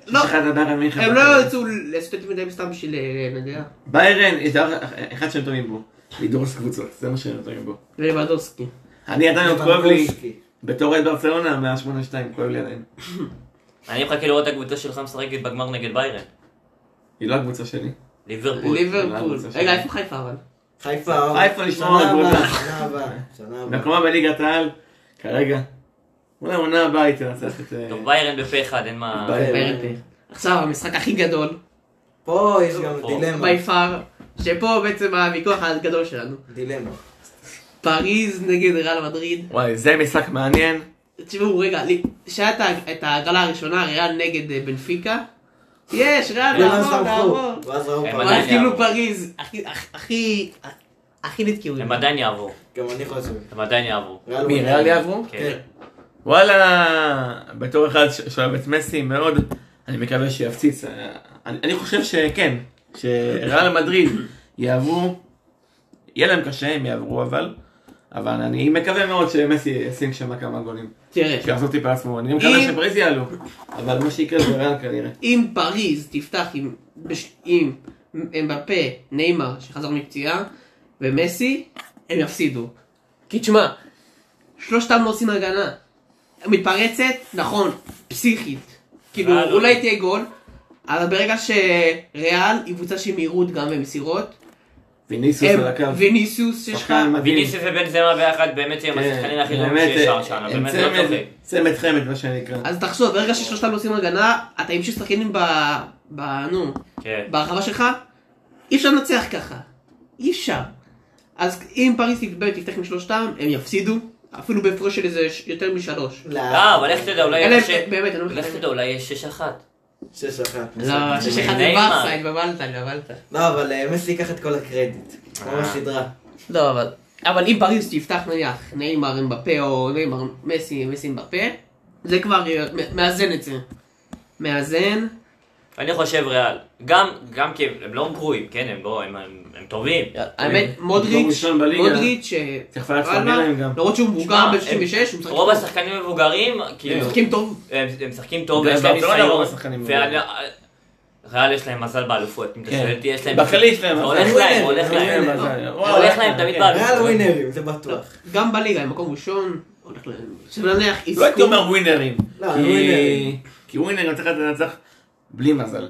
לא, 6-1 לביירן מינכן. הם לא ירצו לעשות את מדי סתם בשביל, אה, אני יודע, ביירן, יש דבר אחד שהם טובים בו. לדרוס קבוצות, זה מה שהם טובים בו. לבדוסקי. אני עדיין עוד כואב לי, לבנדובסקי. בתור אוהד ברצלונה, מה-8-2, כואב לי עדיין. אני מחכה לראות את הקבוצה שלך משחקת בגמר נגד ביירן. היא לא הקבוצה שלי. ליברפול. ליברפול. זה רגע, שם. איפה חיפה אבל? חיפה. אוקיי. חיפה לשמור על נכון. שנה הבאה, גבולה. שנה הבאה, שנה הבאה. מקומה בליגת העל, כרגע. אולי עונה הבאה היא תנצח את... אה, טוב, ביירן בפה אחד, אין מה... ביירן. ברנטה. עכשיו המשחק הכי גדול, פה יש גם פה. דילמה. by far, שפה בעצם הוויכוח הגדול שלנו. דילמה. פריז נגד ריאל מדריד. וואי, זה משחק מעניין. תשמעו רגע, לי- שהיה את ה- את ההגרלה הראשונה, ריאל נגד אה, בנפיקה. יש, ריאל, כולם נעבור, שמחו. נעבור. ואז ראו הם פעם. אבל עדיין איך קיבלו יעבור. פריז, הכי, הכי, הכי נתקעו. הם עדיין יעברו. גם אני חושב. הם עדיין יעברו. ריאל מי, מדריד. ריאל יעברו? כן. וואלה, בתור אחד ש- שאוהב את מסי מאוד, אני מקווה שיפציץ. אה, אני, אני חושב שכן, שריאל מדריד יעברו, יהיה להם קשה, הם יעברו אבל, אבל אני מקווה מאוד שמסי ישים שם כמה גולים. תראה, שיחזור טיפה לעצמו, אני מקווה אם- שפריז יעלו, אבל מה שיקרה זה ריאל כנראה. אם פריז תפתח עם, בש- עם אמבפה, נאמר, שחזר מפציעה, ומסי, הם יפסידו. כי תשמע, שלושתם לא עושים הגנה. מתפרצת, נכון, פסיכית. כאילו, אה, ריאל לא. אולי תהיה גול, אבל ברגע שריאל היא קבוצה של מהירות גם במסירות, ויניסיוס הם- על הקו. ויניסיוס שיש לך, שחקן מדהים. ויניסיוס ובן זמה ביחד באמת שהם כן, השחקנים הכי טובים באמת, שיש אה, שם שנה, הם באמת לא צמד- צוחק. צמד חמד מה שנקרא. אז תחשוב, ברגע ששלושתם לא עושים הגנה, אתה עם שש שחקנים ב... ב... נו, כן. ברחבה שלך, אי אפשר לנצח ככה. אי אפשר. אז אם פריס תתבלט תפתח עם שלושתם, הם יפסידו, אפילו בהפרש של איזה ש- יותר משלוש. לא, אה, אבל איך תדע, אולי אין להם, יהיה קשה. באמת, אני לא לך מתכוון. תדע, אולי יש שש אחת. שש אחת. לא, שיש אחד נעים מה. בברסה, התבלבלת, התבלבלת. לא, אבל אה, מסי ייקח את כל הקרדיט. כמו אה. בסדרה. לא, אבל... אבל אם פריס תפתח נניח נאמר עם בפה או נאמר מסי מסי עם בפה, זה כבר אה, מ- מאזן את זה. מאזן, אני חושב ריאל. גם, גם כי הם הם לא גרועים, כן, הם לא, הם- הם הם טובים. האמת, מקום מודריץ', ראשון בליגה. מודריץ', ש- צריך לפרק את וואלה, המילאים גם. למרות שהוא מבוגר שמע, בן 66, הוא משחק רוב טוב. השחקנים מבוגרים, הם כאילו, משחקים טוב. הם הם משחקים טוב, גם ויש להם בארצלונה רוב ניסיון. השחקנים ואני- מבוגרים. ריאל יש להם מזל באלופות, אם אתה כן. שואל אותי, יש להם... בכללי יש להם זה מזל. הולך להם, לא, הולך אה, ווינר, להם. ווינר. הולך כן. להם תמיד באלופות. ריאל ווינרים, זה בטוח. גם בליגה, הם מקום ראשון, הולך להם. עכשיו נניח, לא הייתי יזכו, אומר ווינרים. לא, כי- ווינרים. כי ווינרים צריך לנצח בלי מזל.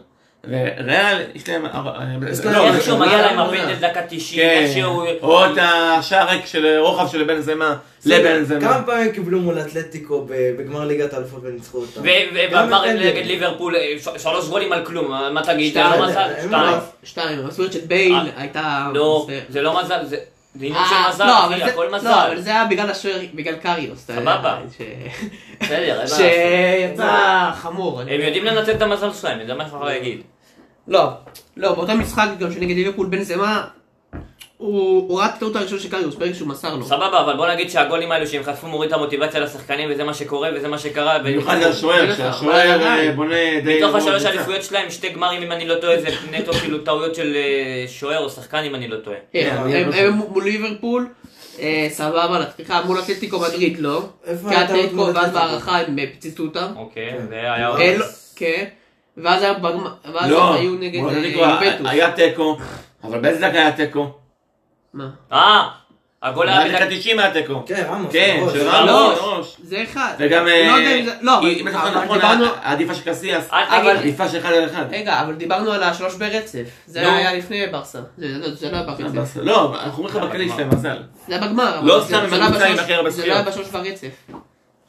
וריאל, יש להם... הר- יש לא, להם- זה- איכשהו זה מגיע לא להם העונה. הפנדל דקה 90, כן. איכשהו... או את השער ריק של רוחב של בן זמה לבן זמה. כמה פעמים קיבלו מול אתלטיקו ב- בגמר ליגת האלופות וניצחו אותם? גם ובגמר בפנדל. נגד ליברפול, אה, ש- שלוש גולים על כלום, מה- מה תגיד? זה שתיים. לא מזל? אין שתיים. מה שתיים, זאת אומרת שאת בייל אה, הייתה... לא, מצטערת. זה לא מזל, זה- זה עניין של אה, מזל, לא, אחי, אבל זה- הכל לא, מזל. אבל זה היה בגלל השוער, בגלל קריוס. אתה יודע, סבבה. ש- בסדר, אין מה שיצא חמור. אני- הם יודעים לנצל את המזל שלהם, זה מה שאני יכול להגיד. לא, לא, באותו משחק גם שנגד ליברפול בן זמה, הוא הוא רק טעות הראשון של קריוס, ברגע שהוא מסר לו. סבבה, אבל בוא נגיד שהגולים האלו שהם חטפו מוריד את המוטיבציה לשחקנים וזה מה שקורה וזה מה שקרה. ו- במיוחד השוער, שהשוער אה, בונה די... מתוך השלוש אה, קבוצה. האליפויות שלהם, שתי גמרים אם אני לא טועה, זה נטו כאילו טעויות של אה, שוער או שחקן אם אני לא טועה. כן, אה, כן, הם- אבל- הם מול ליברפול, אה, סבבה, סליחה, מול אטלטיקו מדריד לא. איפה כי היה טעות אטלטיקו מול ואז אתלטיקו? בהערכה הם אה, פציצו אותם. אוקיי, כן. זה היה עוד. אה, לא, כן, ואז היה בגמר, ואז לא, היו נגד בוא אה, נגיד, יובנטוס. היה תיקו, אבל באיזה דקה היה תיקו? מה? אה, הגול היה בדקה בדקה... 90 היה תיקו. כן, רמוס. כן, בראש. של בראש. רמוס. זה אחד. וגם, לא אה, יודע אם זה- לא, אבל- אם אתה זוכר אבל נכון, דיברנו- העדיפה של קסיאס, אל אבל- תגיד, העדיפה של אחד על אחד. רגע, אבל דיברנו על השלוש ברצף. נו. זה היה לפני ברסה. זה זה- זה לא היה ברצף. לא, אבל אנחנו אומרים לך אבל בכלי מה? שלהם, מזל. זה היה בגמר. לא אבל זה- סתם הם זה לא היה הקבוצה עם בשלוש- הכי הרבה זה לא היה זכיות. בשלוש ברצף.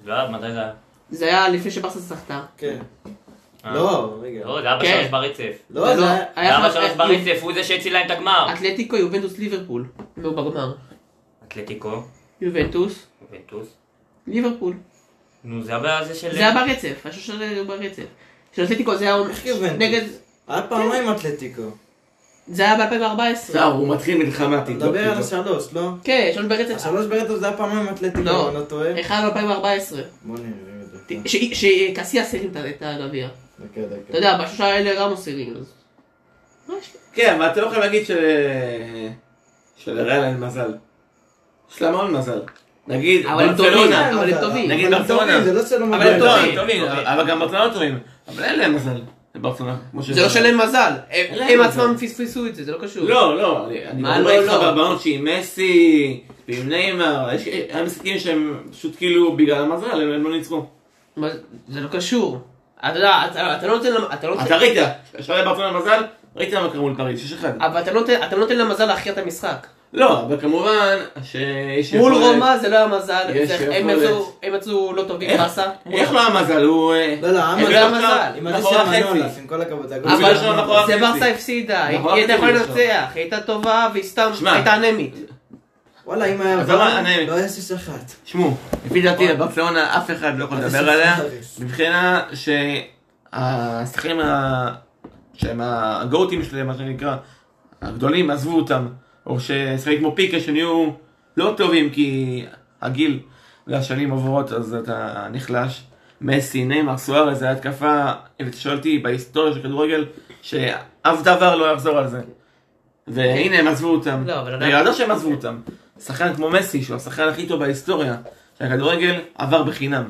לא, מתי זה היה? זה היה לפני שברסה זכתה. כן. אה. לא, רגע. לא, זה היה כן. בשלוש ברצף. לא, זה זה לא- היה... זה היה חד- בשלוש אה, ברצף, הוא זה שהציל להם את הגמר. אתלטיקו, יובנטוס, ליברפול. נו, בגמר. אתלטיקו, יובנטוס, יובנטוס. ליברפול. נו, זה היה זה כן. של... זה היה ברצף. השלוש הזה היו ברצף. של אתלטיקו זה היה איך יובנטוס? נגד... היה פעמיים אתלטיקו. זה היה ב-2014. עכשיו, הוא מתחיל מלחמה, אתה תבדוק. מדבר על תבדוק. השלוש, לא? כן, שלוש ברצף. השלוש ברטוב זה היה פעמיים אתלטיקו, אם לא. אני לא טועה. אחד ב-2014. בוא נראה את זה. שקסיאס הרים את ה- את הגביע. דקה, דקה. אתה יודע, בשלושה האלה רמוס הרים. אז- מה יש לי? כן, אבל אתה לא יכול להגיד של... אה, שלריאל אין מזל. יש להם המון מזל. נגיד, אבל הם טובים, ברצלונה. אבל הם טובים. נגיד כן, אבל הם ברצלונה. טובים, זה לא שלא אבל מגיע הם להם. טובים, טובים, טובים, טובים. אבל גם ברצלונה לא טובים. אבל אין להם מזל. ברצלונה. כמו ש- זה לא שלהם מזל, הם- אין הם להם מזל. עצמם פספסו את זה, זה לא קשור. לא, לא, אני אני מה מדבר לא, איתך לא? בבנות שהיא מסי, ועם נאמר, יש היה משחקים שהם פשוט כאילו בגלל המזל, הם הם לא ניצחו. מה- זה לא קשור. אתה יודע, אתה- אתה לא נותן למ- אתה לא נותן- אתה ראית, עכשיו היה ברצלונה מזל, ראית מה קרה מול פריז, 6-1. אבל אתה לא נותן- אתה לא נותן למזל להכריע את המשחק. לא, אבל כמובן שיש מול יכולת- רומא זה לא היה מזל, יש זה- הם יכולת. יצאו- הם יצאו לא טובים איך- באסה. איך לא המזל, הוא... אה, לא, לא, הוא המזל עכשיו המזל. עם הזה מאחורי של החצי. המנולס, עם כל הכבוד. הגול אבל של זה המנולס. מאחורה. זה חצי. ברסה הפסידה, היא נכון, היא הייתה יכולה חצי ראשון. לנצח, היא הייתה טובה והיא סתם שמע. הייתה אנמית. וואלה, אם היה... אז למה- עבר, אני- לא היה שש אחת. תשמעו, לפי דעתי ברצלונה אף אחד לא יכול לדבר עליה, מבחינה שהשחקנים ה- שהם הגוטים שלהם, מה שנקרא, הגדולים עזבו אותם, או ששחקנים כמו פיקה שנהיו לא טובים כי הגיל והשנים עוברות אז אתה נחלש. מסי, נאמר, סוארז, זו הייתה התקפה, אם אתה שואל אותי, בהיסטוריה של כדורגל, שאף דבר לא יחזור על זה. והנה הם עזבו אותם. לא, אבל עדיין- רגע, לא שהם עזבו אותם. שחקן כמו מסי, שהוא השחקן הכי טוב בהיסטוריה, שהכדורגל עבר בחינם.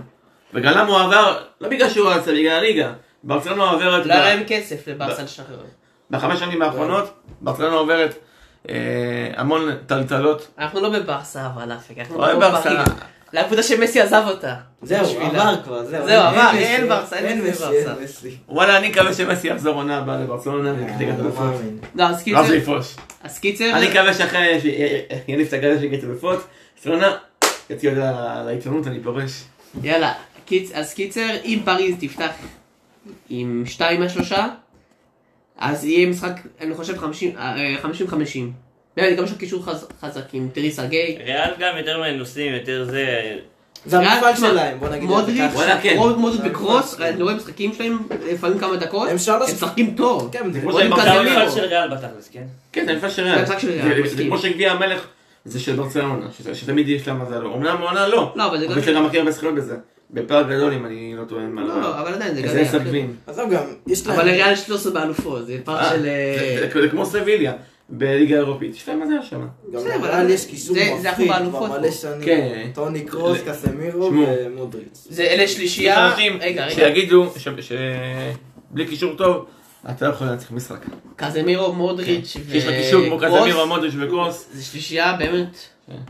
וגם למה הוא עבר, לא בגלל שהוא רצה, בגלל הליגה. ברצלונה עוברת, לא היה ב- להם כסף לברסה לשחרר. בחמש שנים האחרונות, ברצלונה עוברת אה, המון טלטלות. אנחנו לא בברסה אבל אפק, אנחנו אוי, לא ברסה. בברסה. לקבוצה שמסי עזב אותה. זהו, בשבילה. עבר כבר, זהו. זהו, עבר, מסי, אין ברסה, אין מסי ברסה. אין מסי. וואלה, אני מקווה שמסי יחזור עונה הבאה לברצלונה אה, וכתגת לא אלופות. מאמין. לא, אז ואז הוא קיצר, יפרוש. אז קיצר, אני מקווה שאחרי אה, שיניף את הגדה של גת אלופות, ברצלונה, יוציא הודעה לעיתונות, אני פורש. יאללה, קיצ... אז קיצר, אם פריז תפתח עם 2 מהשלושה, אז יהיה משחק, אני חושב, 50 אה, 50-50. באמת, גם יש לו קישור חז... חזק עם טריסה גיי. ריאל גם יותר מנוסים, יותר זה... זה המפעל ואז, תשמע, שלהם, בוא נגיד את זה מודריץ', ככה. וואלה, כן. רוב מודריץ' זה בקרוס, המפעל. אני רואה משחקים שלהם לפעמים כמה דקות, הם הם שלוש- משחקים טוב. כן, זה כמו רואים שהם כזה זה ברצלונה- מי המפעל פה. של ריאל בתכלס, כן? כן, זה מפעל של זה ריאל. המשחק של זה- ריאל, זה מסכים. כמו שגביע המלך זה של ברצלונה, שזה- שתמיד יש לה מזל. אמנם העונה לא, לא, אבל זה אבל גם- יש לה גם הכי הרבה זכויות בזה. בפער גדול אם אני לא טועה. מה- לא, לא, אבל עדיין, זה איזה עשר גביעים. עזוב גם, יש להם... אבל לריאל יש 13 באלופות, זה פער אה, של... אה, זה- זה- זה כמו סביליה בליגה האירופית. יש להם מזל שם. גם בסדר, לריאל אבל יש קישור זה- זה אנחנו מפחיד, כבר באלופות מלא פה. כן. שנים. טוני קרוס, ל- קסמירו שמעו. ומודריץ'. זה אלה שלישייה... יש אנשים רגע, רגע. שיגידו שבלי קישור טוב, אתה לא יכול לנצח משחק. קזמירו, מודריץ' ו... כן. שיש לך קישור כמו קרוס, קזמירו, מודריץ' וקרוס. זה שלישייה באמת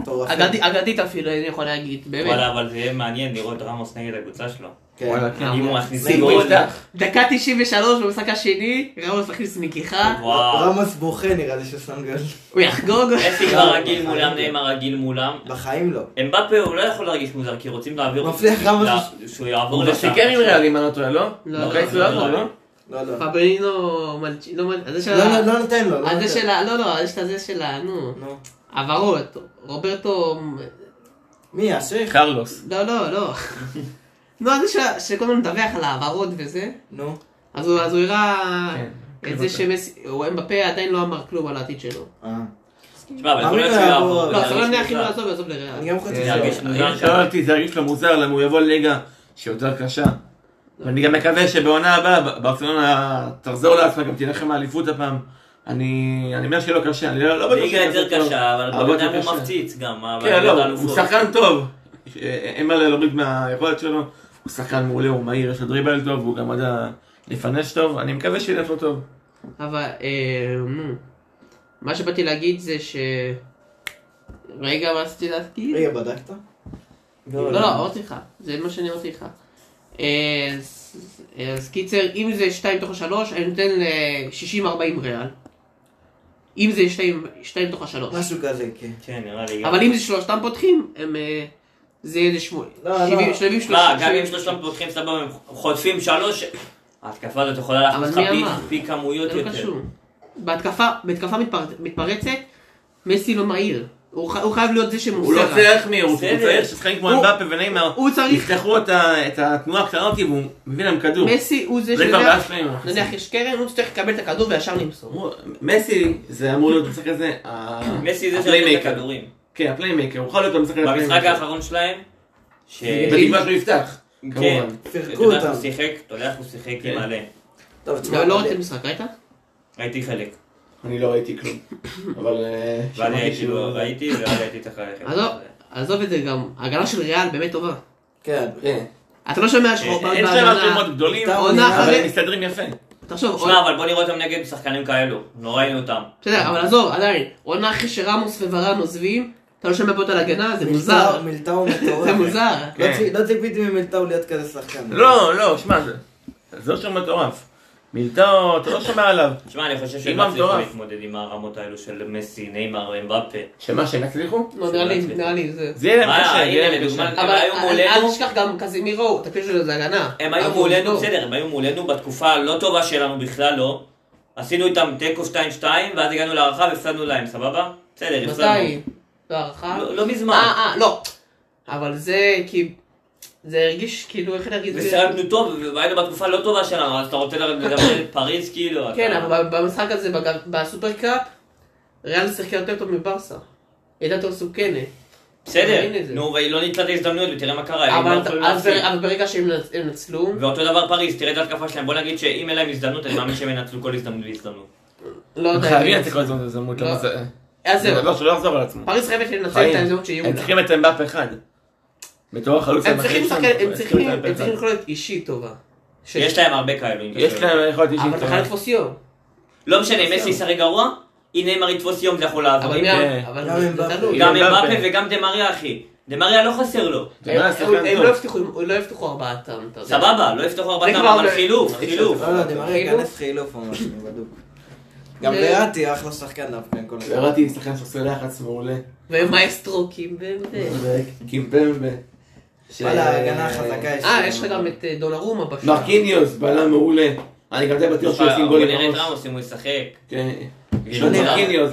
מטורפים. אגדי- אגדית אפילו, אני יכול להגיד, באמת. וואלה, אבל זה יהיה מעניין לראות רמוס נגד הקבוצה שלו. כן. וואלה, כן. אם הוא מכניס זה גול. יפתח. דקה 93 במשחק השני, רמוס מכניס נגיחה, וואו. רמוס בוכה נראה לי שהוא שם גול. הוא [laughs] יחגוג. מסי כבר רגיל מולם, נאמר רגיל מולם. בחיים לא. אמבפה הוא לא יכול להרגיש מוזר, כי רוצים להעביר אותו. מבטיח רמוס- לא, שהוא יעבור הוא לשם. כבר שיקר עם ריאל אם אני לא טועה, לא? לא, לא, בעצם לא, לא, לא. לא. לא, לא. פברינו מלצ'י, לא מלצ'י, זה של לא, ה... לא, לא נותן לו. לא הזה נותן. של ה... לא, לא, זה של הזה של ה... נו. נו. העברות, רוברטו... מי, השייח? קרלוס. לא, לא, לא. נו, אז זה שכל הזמן מדווח על העברות וזה, נו. אז הוא אז הוא הראה כן, את זה כן, שמסי, הוא אמבפה עדיין לא אמר כלום על העתיד שלו. אה. תשמע, אבל מאמין זה לא לו, יצא לעבור. אבל- זה לא, ירגיש סבלניה מוזר. הכי לא יעזוב, יעזוב לריאל. אני גם חשבתי זה ירגיש- שזה... אני אני ירגיש- שואל אותי, אה, זה ירגיש לו מוזר למה הוא יבוא לליגה שהיא יותר קשה. לא. ואני גם מקווה שבעונה הבאה, ברצלונה תחזור לעצמה, גם תילחם האליפות הפעם. אני אני אומר שלא קשה, אני לא לא בטוח ליגה שהוא יותר יעשה טוב. קשה, אבל הרבה יותר בינתיים הוא קשה. מפציץ גם. אבל כן, ליגת לא, הוא האלופות. שחקן טוב. אה, אין מה להוריד מהיכולת שלו. הוא שחקן מעולה, הוא מהיר, יש לו דריבל טוב, הוא גם יודע לפנש טוב. אני מקווה שילך לו טוב. אבל, אה, נו. מה שבאתי להגיד זה ש... רגע, מה רציתי להגיד? רגע, בדקת? לא, לא, אמרתי לך. זה מה שאני אמרתי לך. אה, אז- אז קיצר, אם זה 2 תוך 3, אני נותן ל-60-40 ריאל. אם זה 2 תוך 3. משהו כזה, כן. כן, נראה לי. אבל אם זה שלושתם פותחים, הם... אה, זה יהיה לשמונה. לא, לא. שלבים מה, שלושה. גם אם שלושתם פותחים סבבה, הם חוטפים שלוש, ההתקפה הזאת יכולה להכניס לך אבל מי פי- אמר? פי כמויות זה לא יותר. קשור. בהתקפה, בהתקפה מתפר- מתפרצת, מסי לא מהיר. הוא ח- הוא חייב להיות זה שמוסר. הוא לא צריך מהיר, הוא הוא בסדר. צריך ששחקנים כמו הוא- אמבפה ונאמר, הוא צריך- יפתחו את ה- את התנועה הקטנה אותי והוא מביא להם כדור. מסי הוא זה זה כבר בעיה שלהם. נניח יש קרן, הוא צריך לקבל את הכדור וישר למסור. אמרו, מסי זה אמור להיות המשחק הזה, ה- מסי זה שנותן את הפליימייקר. הכדורים. כן, הפליימקר, הוא יכול להיות במשחק הזה. במשחק האחרון שלהם, ש... בתקווה שהוא יפתח, כן, כמובן. פירקו אתה יודע איך אותם. הוא שיחק? אתה יודע איך הוא שיחק כן. עם מלא. טוב, תשמע, לא לא אבל- ראיתי משחק, ראית? ראיתי חלק. אני לא ראיתי כלום. אבל... אה, ואז שמעתי הייתי, שהוא- ראיתי, ואז הייתי צריך ללכת. עזוב- עזוב את זה גם, ההגנה של ריאל באמת טובה. כן. כן. אתה לא שומע שחורבן אין שם מצלמות גדולים, טוב, עונה אבל אחרי... הם מסתדרים יפה. תחשוב, שמע, עונה- אבל בוא נראה אותם נגד שחקנים כאלו. לא ראינו אותם. בסדר, אבל עזוב, עדיין. עונה אחרי שרמוס וברן עוזבים, אתה לא שומע פה את הלגנה, זה מוזר. מילטאו מטורף. זה מוזר. כן. לא צי- לא ציפיתי ממילטאו להיות כזה שחקן. לא, לא, שמע, זה- זה לא שם מטורף. מילטאו, אתה לא שומע עליו. שמע, אני חושב שהם אימא יצליחו מטורף. להתמודד עם הרמות האלו של מסי, ניימר, אמבפה. שמה, שהם יצליחו? לא, נראה לי, נראה לי זה. זה יהיה להם מה, קשה, הנה, יהיה להם לדוגמה, קשה. הם אבל היו אל מולנו. אל תשכח גם קזימירו, תקשיב שזה הגנה. הם היו אבל מולנו, לא. בסדר, הם היו מולנו בתקופה הלא טובה שלנו בכלל לא. עשינו איתם תיקו 2-2, ואז הגענו להערכה והפסדנו להם, סבבה? בסדר, הפסדנו. מתי? בהערכה? לא- לא מזמן. אה, אה, לא. אבל זה כי... זה הרגיש כאילו, איך להגיד את זה? וסירקנו טוב, והיינו בתקופה לא טובה שלנו, אז אתה רוצה לדבר [coughs] על פריז כאילו? כן, אתה- אבל במשחק הזה, בג- בסופרקאפ, ריאל שיחקה יותר טוב מברסה. היא הייתה יותר מסוכנת. בסדר, מבין את זה. נו, והיא לא ניצלה את ההזדמנויות, ותראה מה קרה. הם לא אבל יכולים אז- להפסיד. אבל ברגע שהם נצ- הם נצלו, ואותו דבר פריז, תראה את ההתקפה שלהם. בוא נגיד שאם אין להם הזדמנות, אני מאמין שהם ינצלו כל הזדמנות והזדמנות. לא הם יודע. חייבים לצאת כל הזמן הזדמנות. לא. למה זה- אז זה דבר לא- זהו, שלא יחזור על עצמו. פריז חייבת לנצל את חיים. ההזדמנות שיהיו הם לה. צריכים את אמבאפ אחד. בתור החלוץ הם המתחיל צריכים שם, לשחק- הם צריכים את אמבאפ הם צריכים אחד. יכולת אישית טובה. של- יש להם הרבה כאלו. אם אתה יש שואל. להם יכולת אישית. אבל אתה חייב לתפוס יום. לא משנה, מסי ישחק גרוע, הנה אם יתפוס יום זה יכול לעזור. אבל מי כן. ה- אבל גם זה- עם זה באפה. תלוי. גם גם אמבפה אמבפה. וגם דה מריה אחי. דה מריה לא חסר לו. אתה יודע, הם- שחקן הם- הם טוב. לא יפתחו- הם לא יפתחו ארבעתם, אתה יודע. סבבה, לא יפתחו הרבה זה פעמים, כבר- אבל חילוף, אפשר, חילוף. זה לא, לא, דמרי חילוף? ייכנס חילוף או משהו, בדוק. גם זה- ביאטי אחלה שחקן דווקא, עם כל לא- הכבוד. ירדתי שחקן שעושה לחץ מעולה. ומאסטרו קימבל ו... קימפמבה. ש- וואלה, ההגנה החזקה יש. אה, יש לך גם את אה, דונרומה בשער. מרקיניוס, בלם מעולה. אני גם די בטוח שהוא ישים בוא גולים נראה את בראש. רמוס אם אה, הוא ישחק. כן. יש לו לא נראה. מרקיניוס.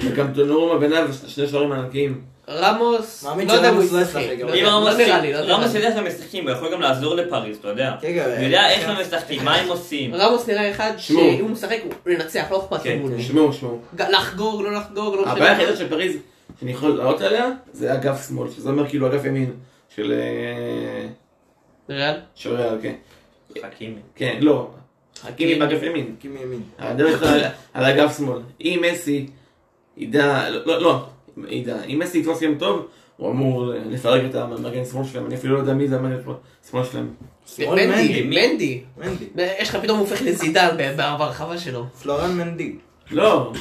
וגם דונרומה ביניו, ש- שני שוערים ענקיים. רמוס, מאמין לא יודע אם הוא שרמוס לא ישחק. ישחק, לא יודע, אבל- אם לא רמוס נראה לי, לא אה, נראה רמוס לי. יודע איך הם משחקים, הוא יכול גם לעזור לפריז, אתה יודע. כן, גם- הוא יודע איך הם אה, משחקים, מה הם עושים. רמוס נראה אחד שמעו. שאם הוא משחק הוא ינצח, לא אכפת כן, לו. מולו. שמעו, שמעו. ג- לחגוג, לא לחגוג, לא הבעיה היחידה של פריז, שאני יכול לעלות עליה, זה אגף שמאל, שזה אומר כאילו אגף ימין של אה, ריאל? של ריאל, כן. חכימי. כן, לא. חכימי באגף ימין. משחקים מימין. הדרך על- על אגף שמאל. אם מסי ידע, לא, לא, לא, ידע, אם מסי יתפוס יום טוב, הוא אמור לפרק את המגן שמאל שלהם, אני אפילו לא יודע מי זה המגן שמאל שלהם. שמאל מנדי, מנדי. מנדי. מנדי. יש לך פתאום הוא הופך לזידן ב- ב- ברחבה שלו. פלורן מנדי. לא.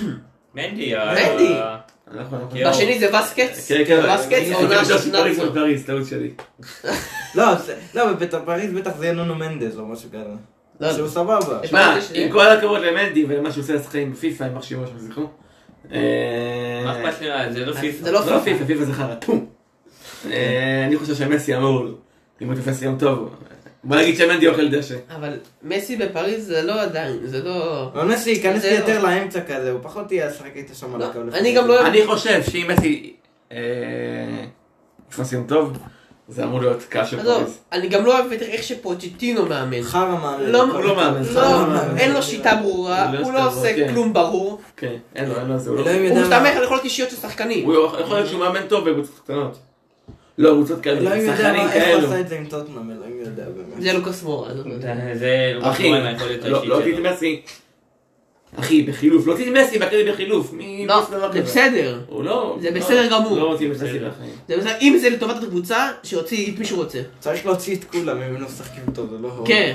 מנדי. אה, ה- מנדי. אנחנו- אנחנו- יואו. בשני זה וסקץ. כן, כן, וסקץ אני- עונה אני חושב שנת שפריז מול פריז, טעות שלי. לא, זה- לא, בביתר פריז בטח זה יהיה נונו מנדז או משהו כזה. לא. שהוא סבבה. יש- שמע, שלי. עם כל הכבוד למנדי ולמה שהוא עושה לשחקנים בפיפא, יימח שמו שם, זכרו. נכון? אה, מה אכפת לי? זה לא פיפ"א. זה לא לא פיפ"א. פיפא, פיפא זה חרא. פום. אה, אני חושב שמסי אמור, אם הוא תופס יום טוב, בוא נגיד שמנדי אוכל דשא. אבל מסי בפריז זה לא עדיין, זה לא... אבל מסי ייכנס זה לא. יותר לאמצע כזה, הוא פחות יהיה לשחק איתו שם על לא, הקו. אני גם לא- אני חושב שאם מסי... אה, יתפוס סיום טוב, זה אמור להיות קל של פריז. עזוב, אני גם לא אוהב את איך שפוצ'טינו מאמן. חרא מאמן. לא, בכל הוא לא מאמן, מקרה. לא, חרא מאמן. אין לו שיטה ברורה, הוא לא הוא לא סתם, כן. עושה כלום ברור, כן, אין לו, אין לו, זה הוא לא... אלוהים הוא יודע מסתמך מה- על יכולות אישיות של שחקנים. הוא יכול יכול להיות שהוא מאמן טוב בקבוצות קטנות. לא, קבוצות כאלה, אלוהים יודע שחקנים מה- איך הוא כאלה. עשה את זה עם טוטנאם, אלוהים יודע באמת. זה לוקוס מורה, זאת אומרת. זה לא אחי, קשור עם היכולת לא האישית לא שלו. תתמסי. אחי, בחילוף, לא תתמסי, בקרב בחילוף. מי... לא, מי עושה דבר זה כזה? בסדר. הוא לא... זה לא- בסדר גמור. לא רוצים את מסי בחיים. זה בסדר, אם זה לטובת הקבוצה, שיוציא את מי שהוא רוצה. צריך להוציא את כולם אם הם לא משחקים טוב, זה לא... כן.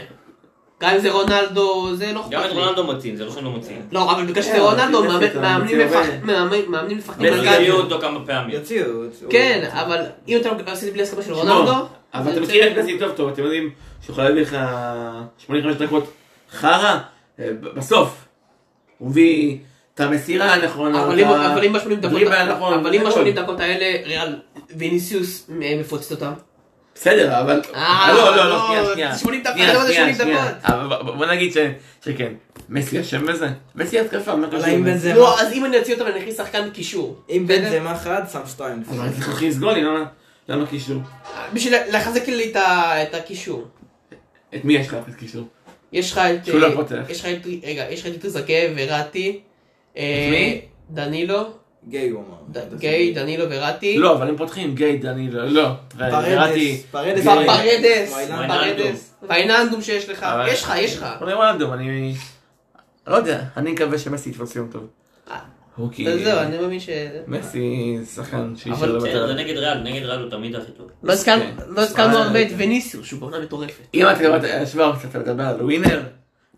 גם אם זה רונלדו, זה לא גם את אכפת לי. רונלדו מוציאים, זה לא שהם לא מוציאים. לא, אבל בגלל שזה כן, רונלדו, זה מאמן- בסדר, מאמנים זה מפח- עובד. מאמנים- מאמנים מפחדים בסדר. לגעת. הביאו אותו כמה פעמים. יוציאו. הוא- כן, אבל אם אתה עושה את זה בלי הסכמה של שמעו, רונלדו... לא- אבל זה אתה בסדר. מכיר את מסי טוב טוב, אתם יודעים שיכול להביא לך 85 דקות חרא, אה, ב- בסוף. הוא מביא את המסירה הנכונה, אבל את אם- ה- אבל אם ב-80 דקות, הדריבל הנכון, אבל אם הכל. ב-80 דקות האלה, ריאל ויניסיוס אה, מפוצץ אותם. בסדר, אבל... אה, לא, לא, לא, לא, שנייה, שנייה. 80 דקות, שנייה, אתה אומר שנייה, 80 שנייה. דקות. אבל ב- ב- בוא נגיד ש... שכן. מסי אשם בזה? מסי התקפה, מה אבל אם לזה? בן זמה... לא, אז אם אני אוציא אותם, אני אכניס שחקן קישור. אם בסדר? בן זמה חד, שם שתיים. אבל אני צריך להכניס גולים, למה- למה קישור? בשביל לחזק לי את ה- את הקישור. את מי יש לך את קישור? יש לך את... שהוא לא אה, פותח. יש לך את... רגע, יש לך את איטוזקה וראטי. אה, מי? דנילו. גיי הוא אמר. ד- גיי, דנילו וראטי. לא, אבל הם פותחים גיא, דנילו, לא. ראיתי- פרדס. פרדס. פ- גיי. פרדס, ויינלדום. פרדס, וייננדום שיש לך, אבל- יש לך, יש לך. אבל רונלדום, אני... לא יודע, אני מקווה שמסי יתפוס יום טוב. אה, הוא כי... אז זהו, אני מאמין ש... אוקיי. מסי שחקן שאי אבל כן, אפשר לוותר בסדר, כן, זה עליו. נגד ריאל, נגד ריאל הוא תמיד הכי טוב. לא הזכרנו- אוקיי. לא הזכרנו אה, הרבה את וניסיו, שהוא בעונה מטורפת. אם את כבר ישבה קצת לדבר על ווינר,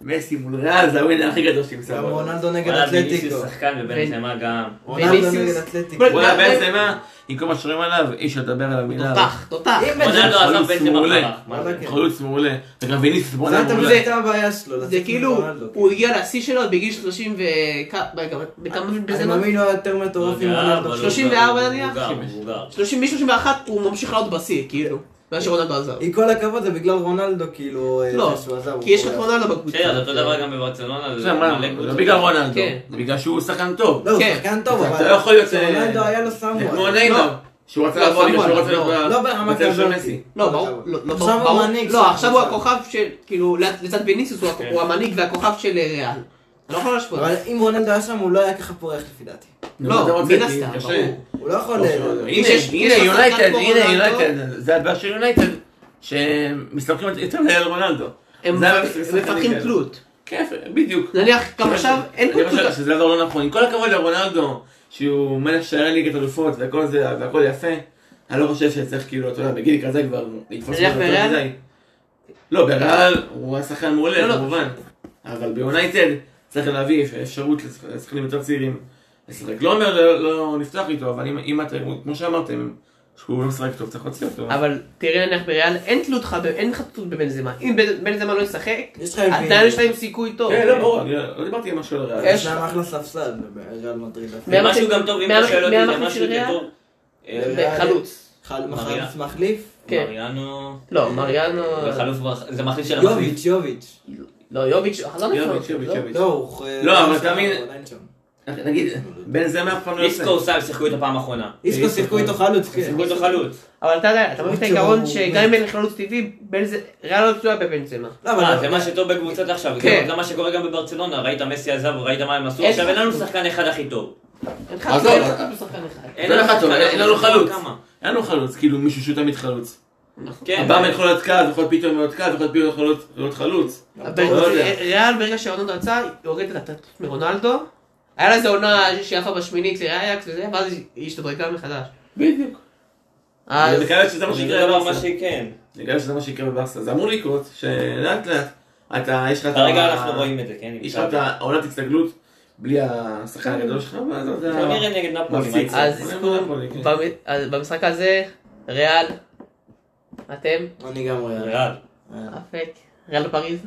מסי מול ריאל כן, זה הווינר הכי גדול שהיא גם מסתובבת. רונלדו נגד וואלה, אתלטיקו. ויניסיוס שחקן כן. ובן זמה גם. רונלדו נגד ויניסיוס. אתלטיקו. בוא- וואלה, בעצם מה? עם כל מה שאומרים עליו, אי אפשר לדבר עליו מילה. תותח, תותח. אם בן רונלדו זמה... עזב בן זמה מעולה. פרח. מה זה? כן. חלוץ מעולה. וגם ויניס זה מעולה. אתה מעולה. מבין, זה לא, הבעיה שלו. זה לצאת כאילו, מרונלדו. הוא הגיע לשיא שלו בגיל 30 וכמה, בכמה אני לא בזמן? מאמין הוא היה יותר מטורף לא עם רונלדו. 34 נניח? נניח? הוא מבוגר. 30 מ-31 הוא ממשיך לעלות בשיא, כאילו, מאז שרונלדו עזב. עם כל הכבוד זה בגלל רונלדו כאילו, אה, לא, זה שהוא עזב, כי יש לך הוא את פורח. רונלדו בקבוצה. בסדר, זה אותו דבר גם בברצלונה. זה זה מה, מלא לא קבוצות. בגלל רונלדו. אה, כן. זה בגלל שהוא שחקן טוב. לא, הוא כן. שחקן טוב, אבל... אתה לא יכול להיות... אה, רונלדו היה לו סמואל. כמו ניימר. שהוא רצה לעבור ליגה, שהוא רצה לא, להיות... לא ברמה בצל של כזאת. מסי. לא, ברור, לא, לא, עכשיו הוא ברור, מנהיג, לא, סליחה, עכשיו הוא סליחה. הכוכב של, כאילו, לצ- לצד ויניסיוס הוא הכ- כן. הוא המנהיג והכוכב של אה, ריאל. אתה לא יכול להשוות. אבל אם רונלדו היה שם הוא לא היה ככה פורח לפי דעתי. לא, אתה רוצה, מן כי הסתם, קשה. ברור. הוא לא יכול... הנה, אה, יש- הנה, יש לך יונייטד, שחקן כמו הנה רונלדו? יונייטד, זה הבעיה של יונייטד, שמסתמכים יותר מדי על רונלדו. הם זה מפ- הבעיה של הם שחקנים מפתחים כאלה. תלות. כיף, בדיוק. נניח, כן, גם עכשיו, אין אני קבוצה. חושב שזה דבר לא נכון, עם כל הכבוד לרונלדו, שהוא מלך שערי ליגת אלופות וכל זה, והכל יפה, אני לא חושב שצריך כאילו, אתה יודע, בגיל כזה כבר לתפוס נלך אותו יותר בריאל? מדי. לא, בריאל הוא היה שחקן לא, מעולה, לא. כמובן, אבל ביונייטד צריך להביא אפשרות לשח- לשחקנים יותר צעירים לשחק. לא אומר לא- לא נפתח איתו, אבל אם- אם אתה, כמו שאמרתם, שהוא לא משחק טוב, צריך להוציא אותו. אבל תראה נניח בריאל, אין תלות לך, ב- אין לך תלות בבנזמה. אם בנ- בנזמה לא ישחק, יש לך עדיין יש להם סיכוי טוב. כן, לא, ברור, אני לא לא דיברתי עם משהו על ריאל. יש- יש להם אחלה ספסל בריאל מדריד. מי אמר- משהו גם טוב, אם מי אתה אמר- שואל מי אותי, אמר זה משהו של ריאל? יותר טוב. אה, ב- חלוץ. חל- מריה. מחלוץ מחליף? כן. מריאנו. לא, מריאנו... וחלוץ בר- זה מחליף של המחליף. יוביץ', יוביץ'. לא, יוביץ', אה, לא נכון. יוביץ', יוביץ', לא. יוביץ'. לא, הוא... אה, לא, אבל הוא תאמין- שם, הוא עדיין שם. נגיד, בן זמה אף פעם לא יוצא. איסקו סל שיחקו איתו פעם אחרונה. איסקו שיחקו איתו חלוץ, כן. שיחקו איתו חלוץ. אבל אתה יודע, אתה מבין את הוא- העיקרון הוא- שגם אם אין לך חלוץ טבעי, בנז- ריאל לא תלויה בבנזמה. לא, אבל- אה, זה מה שטוב בקבוצות עכשיו, כן. זה- זה מה שקורה גם בברצלונה, ראית מסי עזב, ראית מה הם עשו, אין- עכשיו אין לנו שחקן אחד הכי טוב. אין לך אז אין לא, לך אבל- אפילו שחקן אחד. אין זה לנו לך טוב, שחקן, אין לנו אנחנו חלוץ. כמה. היה לנו חלוץ, כאילו מישהו שהוא תמיד חלוץ. נכון. כן. הבא יכול להיות קו, יכול להיות פתאום להיות קו, יכול להיות פתאום חלוץ- להיות חלוץ. אבל לא יודע. ריאל ברגע שרונלדו יצא, היא הורידת את התלות מרונלדו. היה לה איזה עונה שיפה בשמינית לאייקס וזה, ואז היא השתדרגה מחדש. בדיוק. אז... אני מקווה שזה מה זה שיקרה דבר לא מה בברסה. שכן. אני מקווה שזה מה שיקרה בברסה. זה אמור לקרות, שלאט לאט אתה, יש לך את ה- כרגע אנחנו רואים את זה, כן? יש לך את העונת הסתגלות בלי השחקן הגדול שלך, ואז אתה... בוא נראה נגד נפולי. מה מפסיק. יצא. אז זה תזכרו, נפולי, כן. במ- אז במשחק הזה, ריאל, אתם, אני גם רואה. ריאל. אפק, ריאל פריז.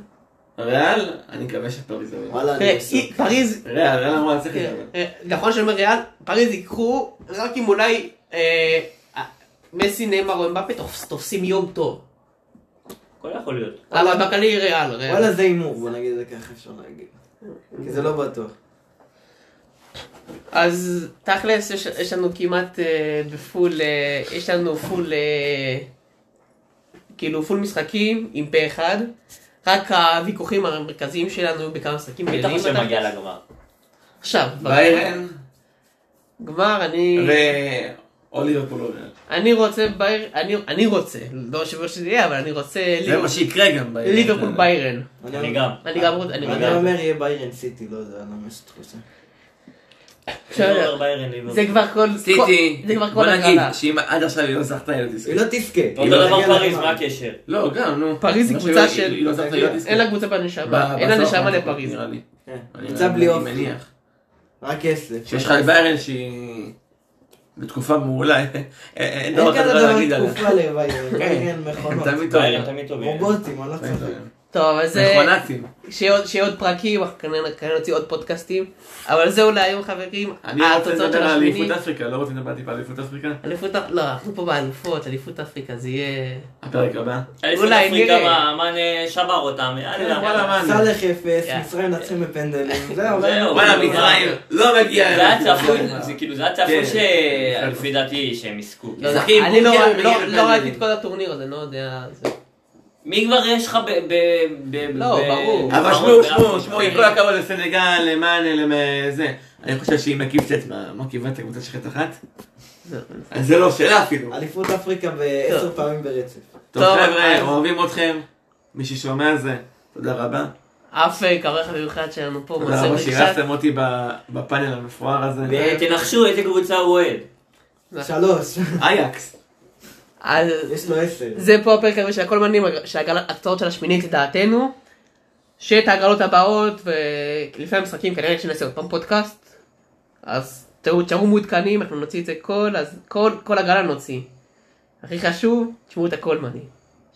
ריאל, אני מקווה שפריז יבוא. וואלה, תראה, אני היא- פריז, ריאל, ריאל אמורה לצאת תראה, את אה, נכון שאני אומר ריאל, פריז ייקחו רק אם אולי אה, אה, מסי, נאמר או אמבפה תופס- תופסים יום טוב. הכל יכול להיות. אבל בקלי ריאל, ריאל. וואלה זה הימור, בוא נגיד את זה ככה אפשר להגיד. כי זה לא בטוח. אז תכלס יש, יש לנו כמעט אה, בפול, אה, יש לנו פול, אה, כאילו פול משחקים עם פה אחד, רק הוויכוחים המרכזיים שלנו היו בכמה משחקים מי אתה כלליים. חושב מגיע לגמר? עכשיו, ביירן גמר, אני, או ליברפול או ריאל. אני רוצה, בייר, אני, אני רוצה, לא שבוע שזה יהיה, אבל אני רוצה זה מה שיקרה גם ביירן. ליברפול ביירן. אני גם. אני גם רוצה, אני אני רוצה. אומר יהיה ביירן סיטי, לא יודע למה יש תחושה. עכשיו, אני אומר ביירן, ליברפול. זה כבר כל, סיטי, כל- זה כבר בוא כל נגיד הגנה. שאם עד עכשיו היא לא זכתה היא לא תזכה. היא לא תזכה. היא אותו לא דבר תגיע פריז, לגמר. מה הקשר? לא, גם, נו. פריז היא אני קבוצה חושב שהיא- של- היא לא זכתה היא לא תזכה. אין לה קבוצה בנשמה, אין לה בעשור נשמה האחרון, לפריז. נראה לי. כן. אני- נמצא בלי אופי. אני מניח. רק כסף. שיש לך את ביירן שהיא בתקופה מעולה, [laughs] אין- אין אין דבר כזה כזה לא להגיד דבר עליה. תקופה לביירן. ביירן הם אה, מכונות. כן. תמיד טוב. ביירן תמיד טובים. רובוטים, אני לא צוחק. טוב, אז אה, מכונתים. שיהיה עוד- שיהיה עוד פרקים, אנחנו כנראה כנראה נוציא עוד פודקאסטים, אבל זהו להיום חברים, אני לא רוצה התוצאות של לדבר על השמיני, אליפות אפריקה, לא רוצים לדבר טיפה על אליפות אפריקה? אליפות, אפ- לא, אנחנו פה באלופות, אליפות אפריקה זה יהיה, הפרק הבא. אליפות אולי, אפריקה, נראה. מה- מאן שבר אותם, יאללה. כן, וואלה, מה אני- סאלח אפס, יאללה. מצרים נצחים [laughs] בפנדלים. זהו, כן. זהו. וואלה, מצרים לא מגיע זה היה אליפות צפוי, אפריקה. זה כאילו, זה היה כן. צפוי שלפי דעתי שהם יזכו. לא יודע, אחי, אני לא- בונקר לא- מגיע לא- לא לפנדלים. ראיתי את כל הטורניר הזה, לא יודע, זה- מי כבר יש לך ב... ב- ב- לא, ב- אה, ברור. אבל ב- שמעו, ב- שמעו, שמעו, עם כל הכבוד לסנגל, למאנה, לזה. אני חושב שהיא מקיפצת מה- מה כיוונת הקבוצה שלך תחת? זה- אז זה לא שאלה אפילו. אליפות אפריקה בעשר פעמים ברצף. טוב טוב, חבר'ה, אז- אוהבים אתכם. מי ששומע זה, תודה רבה. אף אה, כרך המיוחד שלנו פה, תודה מוסר רבה דרישת, שאירחתם אותי ב- בפאנל המפואר הזה. תנחשו איזה קבוצה הוא אוהד. שלוש. [laughs] אייקס. אז יש לו עשר. זה פה הפרק הזה של הקולמנים, שההקצאות של השמינית לדעתנו, שאת ההגרלות הבאות, ולפני המשחקים כנראה שנעשה עוד פעם פודקאסט, אז תראו, תשארו מעודכנים, אנחנו נוציא את זה כל, אז כל, כל הגרלה נוציא. הכי חשוב, תשמעו את הקולמנים.